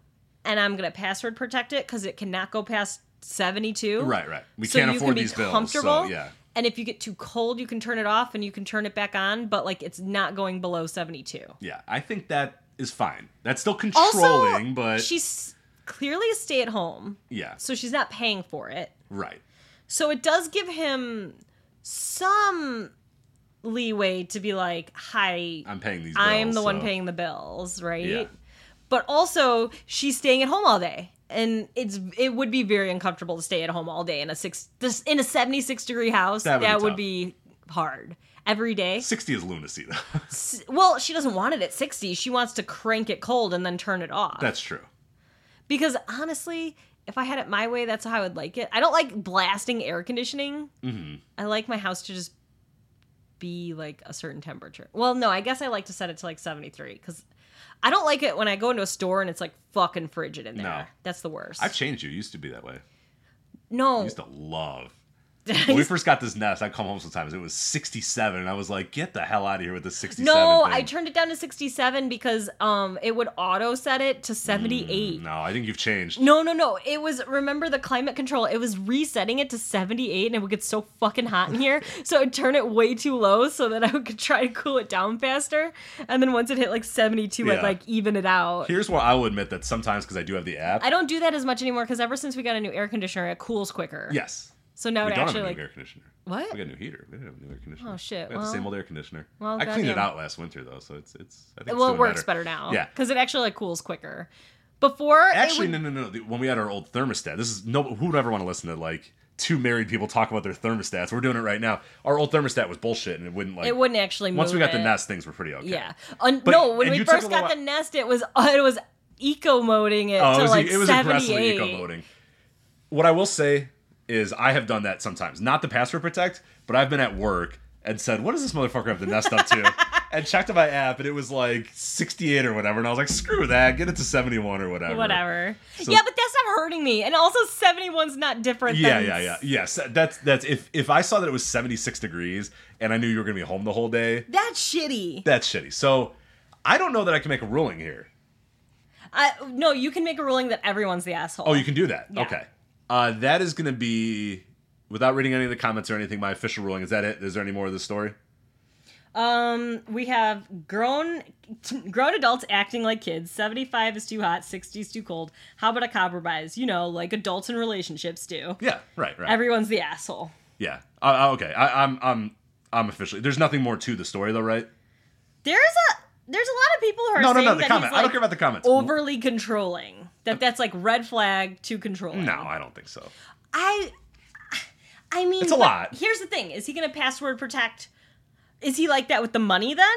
A: and I'm going to password protect it because it cannot go past 72.
B: right right we
A: so
B: can't
A: you
B: afford
A: can be
B: these bills
A: comfortable.
B: so yeah
A: And if you get too cold, you can turn it off and you can turn it back on, but like it's not going below 72.
B: Yeah, I think that is fine. That's still controlling,
A: also,
B: but
A: she's clearly a stay at home,
B: yeah,
A: so she's not paying for it.
B: right.
A: So it does give him some leeway to be like, hi,
B: I'm paying these. Bills,
A: I'm the one
B: so-
A: paying the bills, right?
B: Yeah.
A: But also, she's staying at home all day. And it's it would be very uncomfortable to stay at home all day in a six this in a seventy six degree house.
B: That
A: That
B: would
A: would,
B: be tough.
A: be hard every day.
B: Sixty is lunacy, though. (laughs)
A: S- Well, she doesn't want it at sixty. She wants to crank it cold and then turn it off.
B: That's true.
A: because honestly, if I had it my way, that's how I would like it. I don't like blasting air conditioning.
B: hmm
A: I like my house to just be like a certain temperature. Well, no, I guess I like to set it to like 73 because I don't like it when I go into a store and it's like fucking frigid in there.
B: No.
A: That's the worst.
B: I've changed you. You used to be that way. I
A: no. (laughs)
B: used to love. When we first got this nest, I come home sometimes. It was 67, and I was like, "Get the hell out of here with the 67."
A: No,
B: thing.
A: I turned it down to 67 because um it would auto set it to 78.
B: No, I think you've changed.
A: No, no, no. It was remember the climate control. It was resetting it to 78 and it would get so fucking hot in
B: (laughs)
A: here. so I'd turn it way too low so that I could (laughs) try to cool it down faster. And then once it hit like 72,
B: Yeah.
A: I'd like even it out.
B: Here's where I will admit that sometimes because I do have the app.
A: I don't do that as much anymore because ever since we got a new air conditioner, it cools quicker.
B: yes,
A: So now
B: we
A: it
B: don't have a
A: actually
B: new
A: like
B: air conditioner.
A: what?
B: We got a new heater. We didn't have a new air conditioner.
A: Oh, shit.
B: We have the
A: Well-
B: same old air conditioner.
A: Well,
B: I cleaned it
A: goddamn.
B: out last winter though, so it's it's. I think it's
A: well,
B: doing
A: it works better, now.
B: Yeah.
A: because it actually like cools quicker. Before
B: Actually,
A: it would,
B: no, no, no. The- When we had our old thermostat, this is no. Who would ever want to listen to like two married people talk about their thermostats? We're doing it right now. Our old thermostat was bullshit, and it wouldn't like.
A: it wouldn't actually.
B: once we
A: move
B: got the
A: it.
B: nest, things were pretty okay.
A: yeah. Un-
B: But-
A: no, when
B: and
A: we
B: you took
A: first
B: a little
A: got the nest, it was (laughs) uh, it was eco moding it
B: Oh,
A: to
B: it was,
A: like
B: it was
A: seventy
B: aggressively
A: eight.
B: eco voting. What I will say is, I have done that sometimes. Not the password protect, but I've been at work and said, "What does this motherfucker have the nest up
A: (laughs)
B: to?" and checked my app, and it was like 68 or whatever. And I was like, "Screw that, get it to 71 or whatever."
A: Whatever.
B: So-
A: yeah, but that's not hurting me. And also, 71's not different.
B: Yeah,
A: than
B: yeah, yeah. Yes, that's that's if if I saw that it was 76 degrees and I knew you were gonna be home the whole day,
A: That's shitty.
B: that's shitty. So I don't know that I can make a ruling here.
A: I, no, you can make a ruling that everyone's the asshole.
B: Oh, you can do that.
A: Yeah.
B: Okay. Uh, that is going to be, without reading any of the comments or anything, my official ruling. Is that it? Is there any more of this story?
A: Um, we have grown grown adults acting like kids. Seventy five is too hot. Sixty is too cold. How about a compromise? You know, like adults in relationships do.
B: Yeah. Right. Right.
A: Everyone's the asshole.
B: yeah. Uh, uh, okay. I, I'm. I'm. I'm officially. There's nothing more to the story, though, right?
A: There's a there's a lot of people who are
B: No, no,
A: saying
B: no. The
A: that
B: comment.
A: he's like
B: I don't care about the comments.
A: overly controlling. That that's like red flag to controlling.
B: no, I don't think so.
A: I I mean
B: It's a
A: but
B: lot.
A: Here's the thing. Is he gonna password protect is he like that with the money then?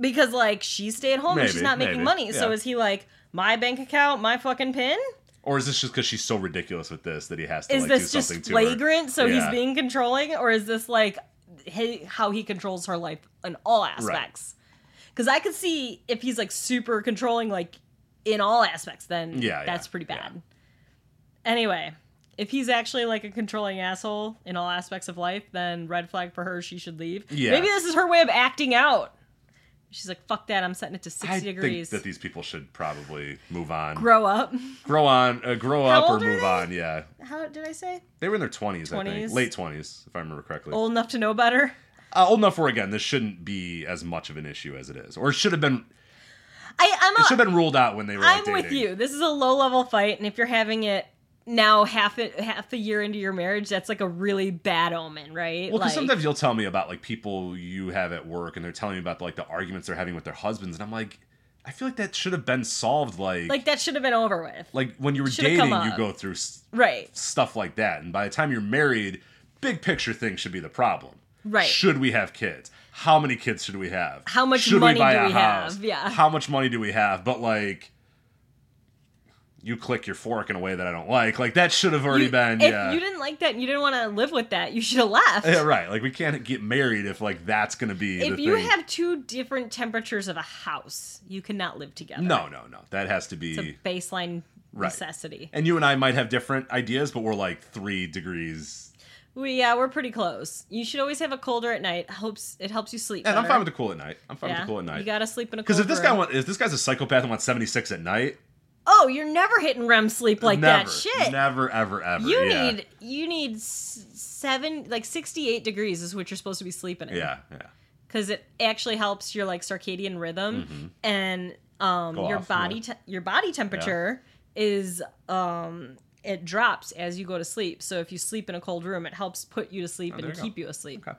A: Because like she stay at home and she's
B: Maybe,
A: not making
B: maybe,
A: money. So
B: yeah.
A: is he like my bank account, my fucking pin?
B: Or is this just because she's so ridiculous with this that he has to
A: Is
B: like
A: this
B: do
A: just
B: something to her?
A: flagrant? So
B: Yeah.
A: he's being controlling, or is this like he, how he controls her life in all aspects? Because I could see if he's like super controlling, like in all aspects, then
B: Yeah, yeah,
A: that's pretty
B: yeah.
A: bad. Anyway, if he's actually like a controlling asshole in all aspects of life, then red flag for her, she should leave.
B: Yeah.
A: Maybe this is her way of acting out. She's like, fuck that, I'm setting it to 60
B: I
A: degrees.
B: think that these people should probably move on,
A: Grow up. (laughs)
B: grow on, uh, grow up, or
A: old are
B: move
A: they?
B: on. Yeah,
A: How did I say?
B: they were in their twenties, I think,
A: 20s?
B: late twenties, if I remember correctly.
A: Old enough to know better.
B: uh, old enough where again this shouldn't be as much of an issue as it is, or it should have been.
A: I, I'm a,
B: It should have been ruled out when they were.
A: I'm
B: like,
A: with
B: dating.
A: you. This is a low level fight, and if you're having it now half a, half a year into your marriage, that's like a really bad omen, right?
B: Well, because
A: Like,
B: sometimes you'll tell me about like people you have at work, and they're telling me about like the arguments they're having with their husbands, and I'm like, I feel like that should have been solved. Like,
A: like that should have been over with,
B: like, when you were
A: should've
B: dating,
A: come
B: you
A: up.
B: go through s-
A: right?
B: stuff like that, and by the time you're married, big picture things should be the problem.
A: Right.
B: Should we have kids? How many kids should we have?
A: How much
B: should
A: money
B: we buy
A: do
B: a
A: we
B: house?
A: have? Yeah.
B: How much money do we have? But like, you click your fork in a way that I don't like. Like that should have already
A: You-
B: been.
A: if
B: (laughs) yeah.
A: you didn't like that and you didn't want to live with that, you should have left.
B: yeah. Right. Like we can't get married if like that's gonna be.
A: if
B: the
A: you
B: thing.
A: have two different temperatures of a house, you cannot live together.
B: No, no, no. That has to
A: it's
B: be.
A: a baseline
B: Right.
A: necessity.
B: And you and I might have different ideas, but we're like three degrees.
A: We yeah, we're pretty close. You should always have a colder at night. Helps it helps you sleep.
B: And I'm
A: better.
B: fine with the cool at night. I'm fine
A: yeah.
B: with the cool at
A: You
B: night.
A: gotta sleep in a
B: Because
A: because
B: if this guy want, if this guy's a psychopath and wants 76 at night,
A: oh, you're never hitting REM sleep like
B: never,
A: that. Shit,
B: never, ever, ever.
A: You
B: yeah.
A: need you need s- seven like sixty eight degrees is what you're supposed to be sleeping in.
B: Yeah, yeah.
A: because it actually helps your like circadian rhythm and um
B: Mm-hmm. Go
A: your
B: off,
A: body
B: yeah.
A: te- your body temperature is um it drops as you go to sleep. So if you sleep in a cold room, it helps put you to sleep
B: Oh, there
A: and
B: you
A: keep
B: go.
A: you asleep.
B: Okay.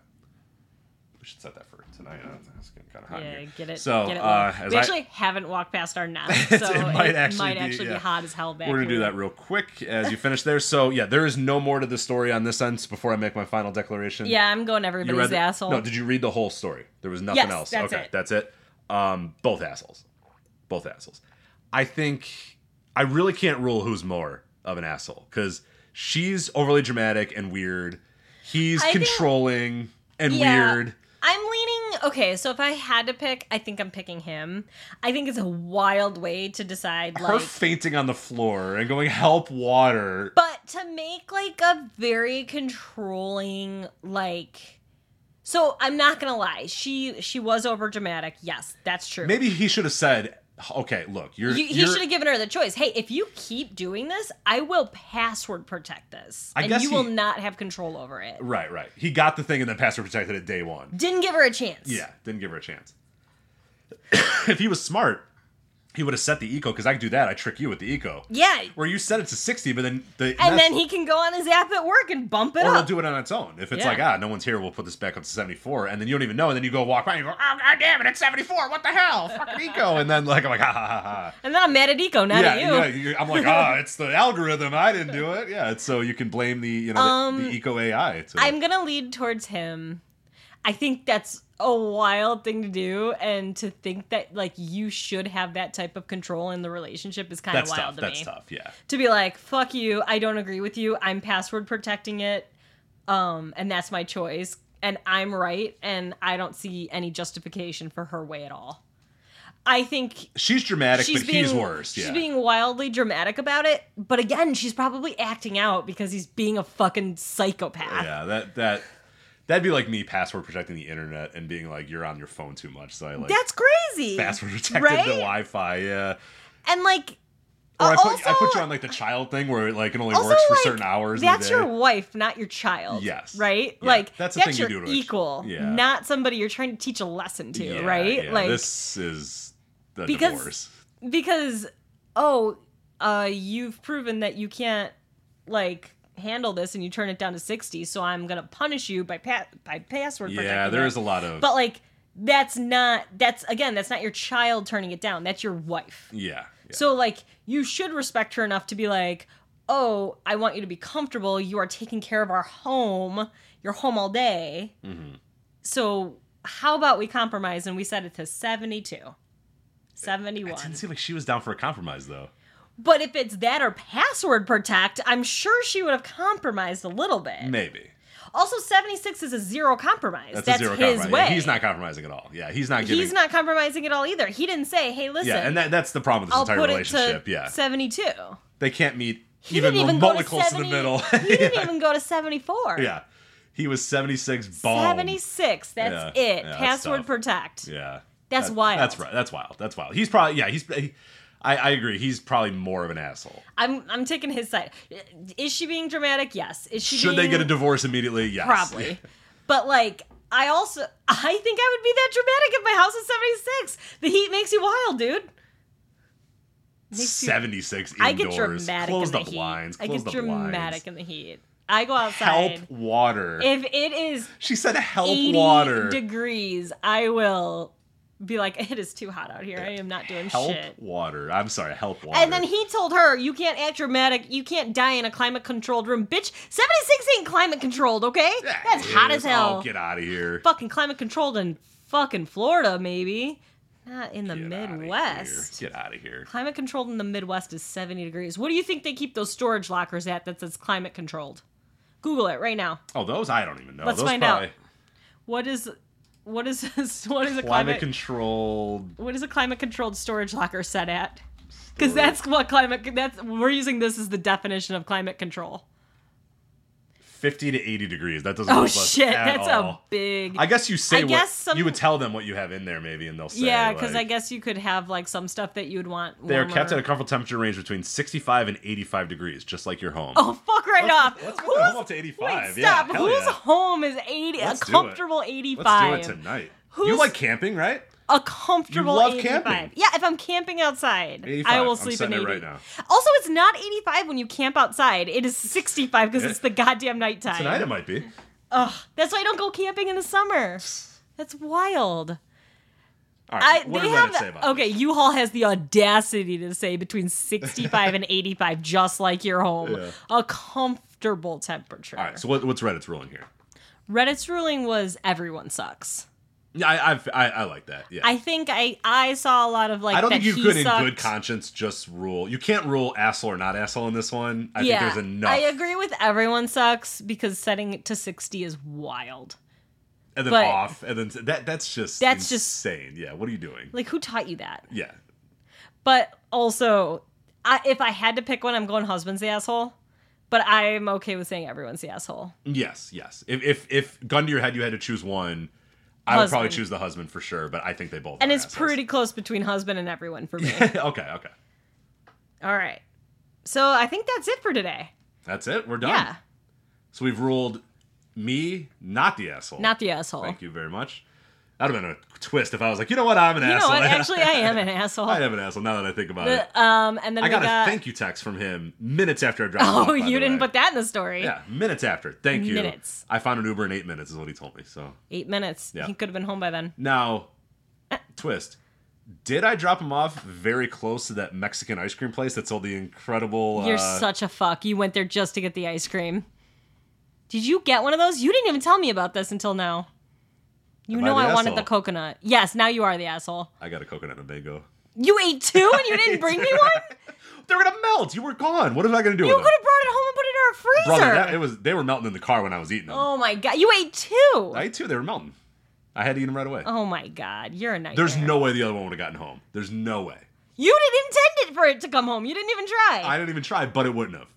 B: We should set that for tonight. Uh, It's getting kind of hot. in
A: Yeah,
B: here.
A: get it.
B: So
A: get it
B: uh,
A: low.
B: as
A: we
B: I-
A: actually haven't walked past our
B: (laughs)
A: nest, so
B: It's-
A: it might actually, be,
B: yeah.
A: hot as hell. Back
B: we're gonna do
A: here.
B: that real quick as you finish there. So yeah, there is no more to the story on this end before I make my final declaration.
A: Yeah, I'm going
B: You
A: everybody's
B: read the,
A: asshole.
B: No, did you read the whole story? There was nothing
A: Yes,
B: else.
A: that's
B: okay,
A: it.
B: that's it. Um, both assholes, both assholes. I think I really can't rule who's more of an asshole because she's overly dramatic and weird. He's
A: I think-
B: controlling and
A: Yeah.
B: weird.
A: I'm leaning. Okay, so if I had to pick, I think I'm picking him. I think it's a wild way to decide.
B: Her
A: Like,
B: fainting on the floor and going help water.
A: but to make like a very controlling like. So I'm not gonna lie. She she was over dramatic. Yes, that's true.
B: Maybe he should have said, "Okay, look, you're
A: You- he
B: you're-
A: should have given her the choice. Hey, if you keep doing this, I will password protect this,
B: I
A: and
B: guess
A: you
B: he-
A: will not have control over it.
B: Right, right. He got the thing and then password protected it day one.
A: Didn't give her a chance.
B: Yeah, didn't give her a chance. (coughs) if he was smart, he would have set the eco because I could do that. I trick you with the eco.
A: yeah.
B: Where you set it to sixty, but then the
A: And then he can go on his app at work and bump it
B: or
A: up.
B: we'll do it on its own. If it's
A: Yeah.
B: like ah, no one's here, we'll put this back up to seventy four, and then you don't even know, and then you go walk by and you go oh god damn it, it's seventy four. What the hell, fucking eco? And then like I'm like ha ha ha ha.
A: and then I'm mad at Eco, not
B: yeah,
A: at you.
B: yeah, you- I'm like
A: (laughs)
B: ah, it's the algorithm. I didn't do it. Yeah, it's, so you can blame the you know the,
A: Um,
B: the eco AI. To,
A: I'm gonna lead towards him. I think that's a wild thing to do, and to think that like you should have that type of control in the relationship is kind of
B: that's
A: wild
B: tough.
A: to
B: That's
A: me.
B: tough. Yeah.
A: To be like, "Fuck you! I don't agree with you. I'm password protecting it, um, and that's my choice, and I'm right, and I don't see any justification for her way at all." I think
B: She's dramatic,
A: she's
B: (laughs) but
A: being
B: he's worse.
A: She's
B: yeah.
A: being wildly dramatic about it, but again, she's probably acting out because he's being a fucking psychopath.
B: yeah, that that that'd be like me password protecting the internet and being like, you're on your phone too much, so I like
A: That's crazy.
B: password protected
A: right?
B: the Wi-Fi. Yeah,
A: And like,
B: or I
A: Uh,
B: put I
A: also-
B: put you on like the child thing where it like it only
A: also
B: works for
A: like,
B: certain hours. in the
A: That's
B: day.
A: your wife, not your child.
B: Yes.
A: Right.
B: Yeah,
A: Like that's,
B: that's the thing you
A: your
B: do to a ch-
A: equal,
B: yeah.
A: not somebody you're trying to teach a lesson to.
B: Yeah,
A: right.
B: yeah,
A: like
B: this is the
A: Because-
B: divorce.
A: because oh, uh, you've proven that you can't like handle this, and you turn it down to sixty. So I'm gonna punish you by pa- by password.
B: Yeah, there is a lot of
A: But like, that's not. That's again, that's not your child turning it down. That's your wife.
B: yeah. yeah.
A: So like you should respect her enough to be like, "Oh, I want you to be comfortable. You are taking care of our home. You're home all day.
B: Mm-hmm.
A: So how about we compromise and we set it to 72,
B: It
A: 71."
B: didn't seem like she was down for a compromise though.
A: But if it's that or password protect, I'm sure she would have compromised a little bit.
B: Maybe
A: Also 76 is a zero compromise.
B: that's,
A: That's,
B: a zero
A: his
B: compromise.
A: way.
B: Yeah, he's not compromising at all. Yeah, he's not giving.
A: He's not compromising at all either. He didn't say, "Hey, listen,
B: yeah, and that, that's the problem with this
A: I'll
B: entire
A: put it to
B: relationship. Yeah,
A: 72."
B: they can't meet
A: He
B: even
A: didn't even go
B: remotely
A: to
B: close
A: 70
B: to the middle.
A: (laughs)
B: (laughs)
A: He didn't even go to 74.
B: Yeah. He was 76 bomb.
A: 76. That's
B: Yeah,
A: it.
B: yeah, that's
A: Password
B: tough.
A: protect.
B: Yeah.
A: That's
B: That-
A: wild.
B: That's right. That's wild. That's wild. He's probably yeah, he's he- I, I agree. He's probably more of an asshole.
A: I'm I'm taking his side. Is she being dramatic? Yes. Is she
B: Should they
A: being-
B: get a divorce immediately?
A: (laughs)
B: Yes. (laughs)
A: Probably. But like I also I think I would be that dramatic if my house was 76. The heat makes you wild, dude. Makes you-
B: 76 indoors.
A: I get dramatic
B: Close
A: in
B: the
A: the heat.
B: blinds.
A: I
B: Close
A: get
B: the
A: dramatic
B: blinds.
A: in the heat. I go outside.
B: Help water.
A: If it is
B: she said help
A: 80
B: water.
A: degrees, I will be like, it is too hot out here. I am not doing
B: help
A: shit.
B: water. I'm sorry, help water.
A: And then he told her, "You can't act dramatic. You can't die in a climate controlled room, bitch. Seventy six ain't climate controlled, okay?
B: Yeah,
A: That's
B: it
A: hot
B: is.
A: as hell.
B: Oh, get out of here.
A: fucking climate controlled in fucking Florida, maybe. Not in the
B: Get outta here.
A: Midwest.
B: Get out of here.
A: Climate controlled in the Midwest is seventy degrees. What do you think they keep those storage lockers at that says climate controlled? Google it right now.
B: Oh, those I don't even know.
A: Let's
B: those
A: find out.
B: probably
A: What is, what is (laughs) this? What is a
B: climate
A: climate?
B: controlled
A: what is a climate controlled storage locker set at? Because that's what climate. That's we're using this as the definition of climate control.
B: 50 to 80 degrees. That doesn't
A: Oh
B: help us
A: shit,
B: at
A: that's a
B: all.
A: big.
B: I guess you
A: I
B: say what
A: guess some-
B: you would tell them what you have in there maybe and they'll say
A: yeah, because I
B: like,
A: guess you could have like some stuff that you would want.
B: they are kept at
A: warmer.
B: a comfortable temperature range between 65 and 85 degrees, just like your home.
A: Oh fuck right off!
B: Let's put the
A: Who's-
B: home up to 85.
A: Wait,
B: yeah,
A: stop!
B: hell
A: Whose
B: yeah.
A: home is eighty?
B: Let's
A: a
B: do it.
A: comfortable eighty-five.
B: Let's do it tonight. you
A: Who's-
B: like camping, right?
A: A comfortable
B: You love
A: 85.
B: camping.
A: Yeah, if I'm camping outside,
B: 85.
A: I
B: I'm
A: will sleep in
B: setting it
A: 80.
B: right now.
A: Also, it's not 85 when you camp outside. It is 65 because
B: Yeah.
A: it's the goddamn nighttime.
B: Tonight it might be.
A: Ugh, that's why I don't go camping in the summer. That's wild.
B: All
A: I,
B: right. what
A: they
B: does
A: have
B: that say about
A: okay. U-Haul has the audacity to say between sixty-five
B: (laughs)
A: and eighty-five, just like your home,
B: Yeah.
A: a comfortable temperature.
B: All right. So what, what's Reddit's ruling here?
A: Reddit's ruling was everyone sucks.
B: Yeah, I I've, I, I like that. Yeah.
A: I think I I saw a lot of like.
B: I don't
A: that
B: think you
A: he
B: could,
A: sucked.
B: in good conscience, just rule. You can't rule asshole or not asshole in this one. I
A: yeah,
B: think there's enough.
A: I agree with everyone sucks because setting it to sixty is wild.
B: and then
A: But-
B: off, and then that that's just
A: That's just-
B: insane. Yeah, what are you doing?
A: Like, who taught you that?
B: Yeah,
A: But also, I, if I had to pick one, I'm going husband's the asshole. But I'm okay with saying everyone's the asshole.
B: yes, yes. If if if gun to your head, you had to choose one. I would probably
A: Husband.
B: choose the husband for sure, but I think they both.
A: And
B: are
A: it's
B: assholes.
A: pretty close between husband and everyone for
B: (laughs)
A: me.
B: okay, okay.
A: All right. So I think that's it for today.
B: That's it. We're done.
A: Yeah.
B: So we've ruled me not the asshole.
A: Not the asshole.
B: Thank you very much. That'd have been a twist if I was like, you know what, I'm an
A: You know
B: asshole. (laughs)
A: what? Actually, I am an asshole.
B: I am an asshole. Now that I think about it,
A: The- um, and then
B: I
A: we
B: got a
A: got.
B: thank you text from him minutes after I dropped. him off,
A: (laughs) oh,
B: by
A: you
B: the
A: didn't
B: way.
A: put that in the story.
B: Yeah, minutes after. Thank you.
A: Minutes.
B: I found an Uber in eight minutes is what he told me. So
A: Eight minutes.
B: Yeah.
A: He could have been home by then.
B: now, twist. Did I drop him off very close to that Mexican ice cream place that sold the incredible?
A: You're
B: uh,
A: such a fuck. You went there just to get the ice cream. Did you get one of those? You didn't even tell me about this until now. You
B: Am I
A: know
B: the
A: I, wanted the
B: asshole?
A: coconut. Yes, now you are the asshole.
B: I got a coconut and a mango.
A: You ate two and you
B: (laughs)
A: didn't bring me one?
B: They're gonna melt. You were gone. What am I gonna do
A: You
B: with
A: could
B: them?
A: have brought it home and put it in our freezer.
B: Brother, that, it was. They were melting in the car when I was eating them.
A: oh my god. You ate two.
B: I ate two. They were melting. I had to eat them right away.
A: oh my god. You're a nightmare.
B: There's no way the other one would have gotten home. There's no way.
A: You didn't intend it for it to come home. You didn't even try.
B: I didn't even try, but it wouldn't have.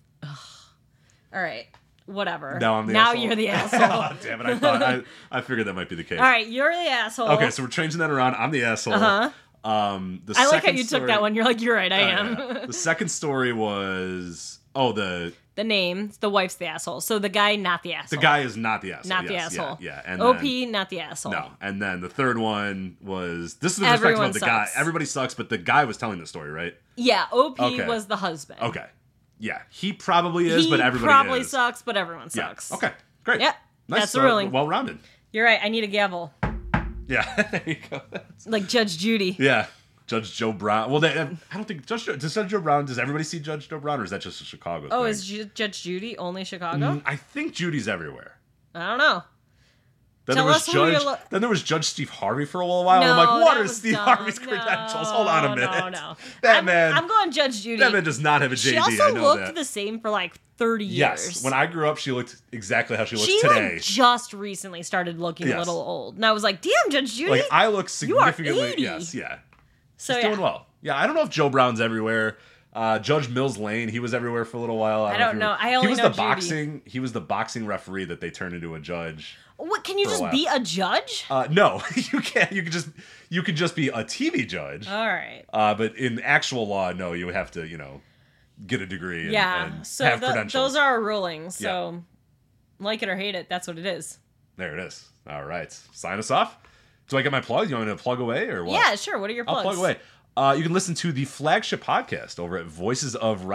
A: All right. Whatever.
B: Now I'm the
A: now
B: asshole.
A: you're
B: (laughs)
A: the asshole.
B: oh, damn it! I thought I, I figured that might be the case.
A: All right, you're the asshole.
B: Okay, so we're changing that around. I'm the asshole.
A: Uh-huh.
B: Um, the
A: I like how
B: second
A: you
B: story-
A: took that one. You're like, you're right, I
B: Oh,
A: am. (laughs)
B: yeah. The second story was oh the
A: the name, the wife's the asshole. So the guy, not the
B: the
A: asshole.
B: guy is not the asshole.
A: Oh. not the
B: Yes, yeah,
A: asshole.
B: Yeah, and
A: OP,
B: then-
A: not the asshole.
B: no, and then the third one was this is the perspective
A: Everyone
B: of the guy.
A: sucks.
B: Everybody sucks, but the guy was telling the story, right?
A: Yeah, OP
B: Okay.
A: was the husband.
B: Okay, yeah, he probably is,
A: he
B: but everybody
A: probably
B: is.
A: sucks, but everyone
B: Yeah.
A: sucks.
B: Okay, great.
A: Yep,
B: nice.
A: that's the
B: so
A: ruling.
B: Well rounded.
A: You're right. I need a gavel,
B: Yeah, (laughs) there you go.
A: like Judge Judy.
B: yeah. Judge Joe Brown. Well, they, um, I don't think Judge Joe, does Judge Joe Brown. Does everybody see Judge Joe Brown, or is that just a Chicago?
A: Oh,
B: thing?
A: is Ju- Judge Judy only Chicago?
B: Mm, I think Judy's everywhere.
A: I don't know.
B: Then
A: Tell
B: there was
A: us who
B: Judge.
A: you're lo-
B: then there was Judge Steve Harvey for a little while. Oh, I'm
A: No,
B: like, what
A: that
B: are
A: was
B: Steve
A: dumb.
B: Harvey's
A: No,
B: credentials? Hold on a
A: no,
B: minute.
A: no.
B: (laughs) That
A: I'm,
B: man.
A: I'm going Judge Judy.
B: that man does not have a JD.
A: she
B: I
A: also
B: know
A: looked
B: that.
A: the same for like 30
B: yes.
A: years.
B: When I grew up, she looked exactly how she looks
A: she
B: today.
A: like just recently started looking a
B: Yes.
A: little old, and I was like, "Damn, Judge Judy."
B: Like I look
A: You are
B: significantly.
A: 80.
B: Yes. Yeah.
A: so
B: She's
A: yeah,
B: doing well. Yeah. I don't know if Joe Brown's everywhere. Uh, Judge Mills Lane, he was everywhere for a little while. I
A: I don't
B: don't, if you
A: know.
B: remember.
A: I
B: he
A: only
B: was
A: know
B: the
A: Judy.
B: boxing. He was the boxing referee that they turned into a judge.
A: what can you
B: for a
A: just
B: while.
A: be a judge?
B: Uh, no, (laughs) you can't. You can just you can just be a TV judge.
A: All right.
B: Uh, but in actual law, no, you would have to, you know, get a degree and,
A: Yeah.
B: and
A: so
B: have
A: tho-
B: credentials.
A: those are our rulings. So like it or hate it, that's what it is.
B: there it is. All right. Sign us off. Do I get my plug? You want me to plug away or what?
A: Yeah, sure. What are your plugs?
B: I'll plug away. Uh, you can listen to the flagship podcast over at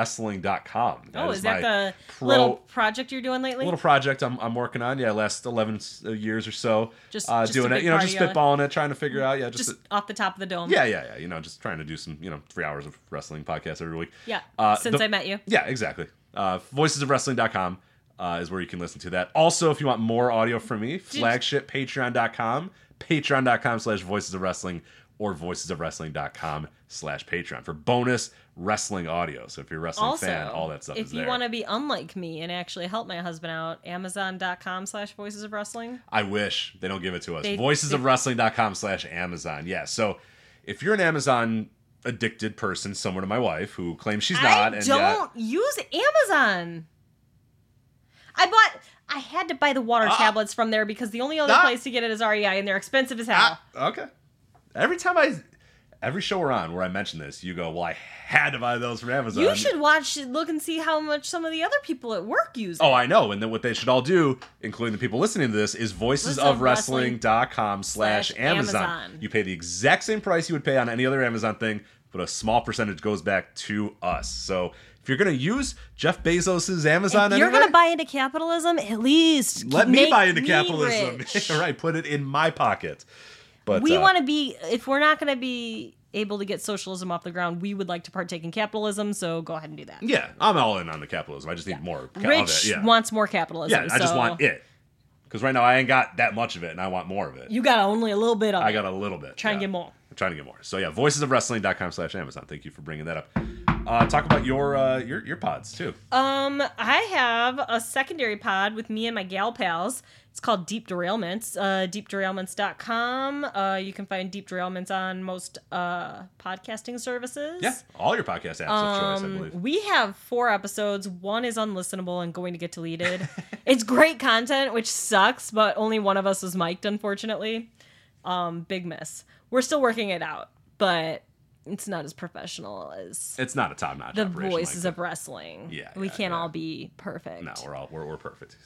B: voicesofwrestling.com.
A: Oh, is, that
B: my
A: the
B: pro-
A: little project you're doing lately?
B: little project I'm, I'm working on? Yeah, last 11 s- uh, years or so.
A: Just-
B: uh,
A: just a
B: doing
A: big
B: it, you know,
A: party
B: just
A: of it.
B: spitballing it, trying to figure out. Yeah,
A: just
B: just,
A: off the top of the dome.
B: yeah, yeah, yeah. You know, just trying to do some, you know, three hours of wrestling podcast every week.
A: Yeah.
B: Uh,
A: Since
B: the-
A: I met you.
B: Yeah, exactly. Uh, voicesofwrestling.com uh, is where you can listen to that. Also, if you want more audio from me, flagship patreon.com, patreon.com slash voices of wrestling, or voicesofwrestling.com slash patreon for bonus wrestling audio. So if you're a wrestling
A: Also,
B: fan, all that stuff
A: if
B: is
A: you
B: there.
A: want to be unlike me and actually help my husband out, Amazon.com slash Voices of Wrestling.
B: I wish they don't give it to us.
A: They-
B: voicesofwrestling.com slash Amazon. Yeah. So if you're an Amazon addicted person, similar to my wife, who claims she's not,
A: I
B: and yet-
A: don't use Amazon. I bought. I had to buy the water
B: Ah.
A: tablets from there because the only other
B: Ah.
A: place to get it is REI, and they're expensive as hell.
B: Ah, okay. Every time I, every show we're on where I mention this, you go, "Well, I had to buy those from Amazon."
A: You should watch, look, and see how much some of the other people at work use. it.
B: Oh, I know. And then what they should all do, including the people listening to this, is voicesofwrestling.com slash
A: Amazon.
B: Amazon. You pay the exact same price you would pay on any other Amazon thing, but a small percentage goes back to us. So if you're going to use Jeff Bezos' Amazon
A: You're
B: anyway,
A: gonna buy into capitalism, at least
B: let me
A: make
B: buy into
A: me
B: capitalism. (laughs)
A: rich.
B: right. Put it in my pocket. But
A: we
B: uh,
A: want to be. If we're not gonna be able to get socialism off the ground, we would like to partake in capitalism. So go ahead and do that.
B: Yeah, I'm all in on the capitalism. I just need more ca- of
A: Rich
B: it. Yeah.
A: wants more capitalism.
B: Yeah, I just
A: so
B: want it. Because right now I ain't got that much of it, and I want more of it.
A: You got only a little bit of
B: I
A: it.
B: got a little bit.
A: Try and
B: yeah.
A: get more.
B: I'm trying to get more. So yeah, voicesofwrestling.com slash Amazon. Thank you for bringing that up. Uh, talk about your uh, your your pods too.
A: Um, I have a secondary pod with me and my gal pals. It's called Deep Derailments. Uh, deepderailments.com. Uh, you can find Deep Derailments on most uh, podcasting services.
B: Yeah, all your podcast apps of choice, I
A: Um,
B: believe.
A: we have four episodes. One is unlistenable and going to get deleted. (laughs) it's great content, which sucks, but only one of us was mic'd, unfortunately. Um, big miss. We're still working it out, but it's not as professional as
B: It's not a top notch.
A: the
B: operation like
A: voices
B: that.
A: of wrestling.
B: Yeah,
A: we
B: yeah,
A: can't
B: yeah.
A: all be perfect.
B: No, we're all we're, we're perfect.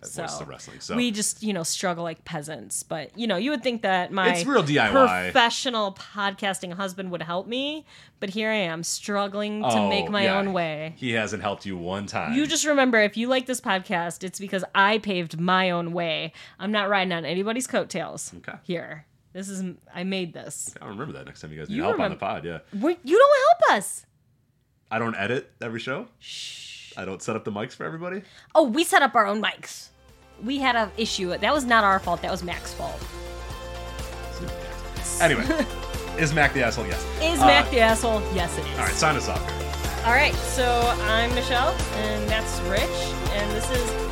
B: That's
A: So,
B: the wrestling. So
A: we just you know struggle like peasants but you know you would think that my
B: It's real DIY.
A: professional podcasting husband would help me but here i am struggling to
B: Oh,
A: make my
B: yeah.
A: own way
B: He hasn't helped you one time.
A: you just remember if you like this podcast it's because i paved my own way i'm not riding on anybody's coattails
B: Okay.
A: here this is i made this
B: I remember that next time you guys need
A: You
B: help on
A: remember-
B: the pod. Yeah,
A: we you don't help us
B: I don't edit every show.
A: Shh.
B: I don't set up the mics for everybody.
A: oh we set up our own mics we had an issue that was not our fault that was mac's fault
B: Anyway, is Mac the asshole? Yes.
A: is
B: Uh,
A: mac the asshole yes it is
B: All right, sign us off.
A: All right, so I'm Michelle, and that's Rich, and this is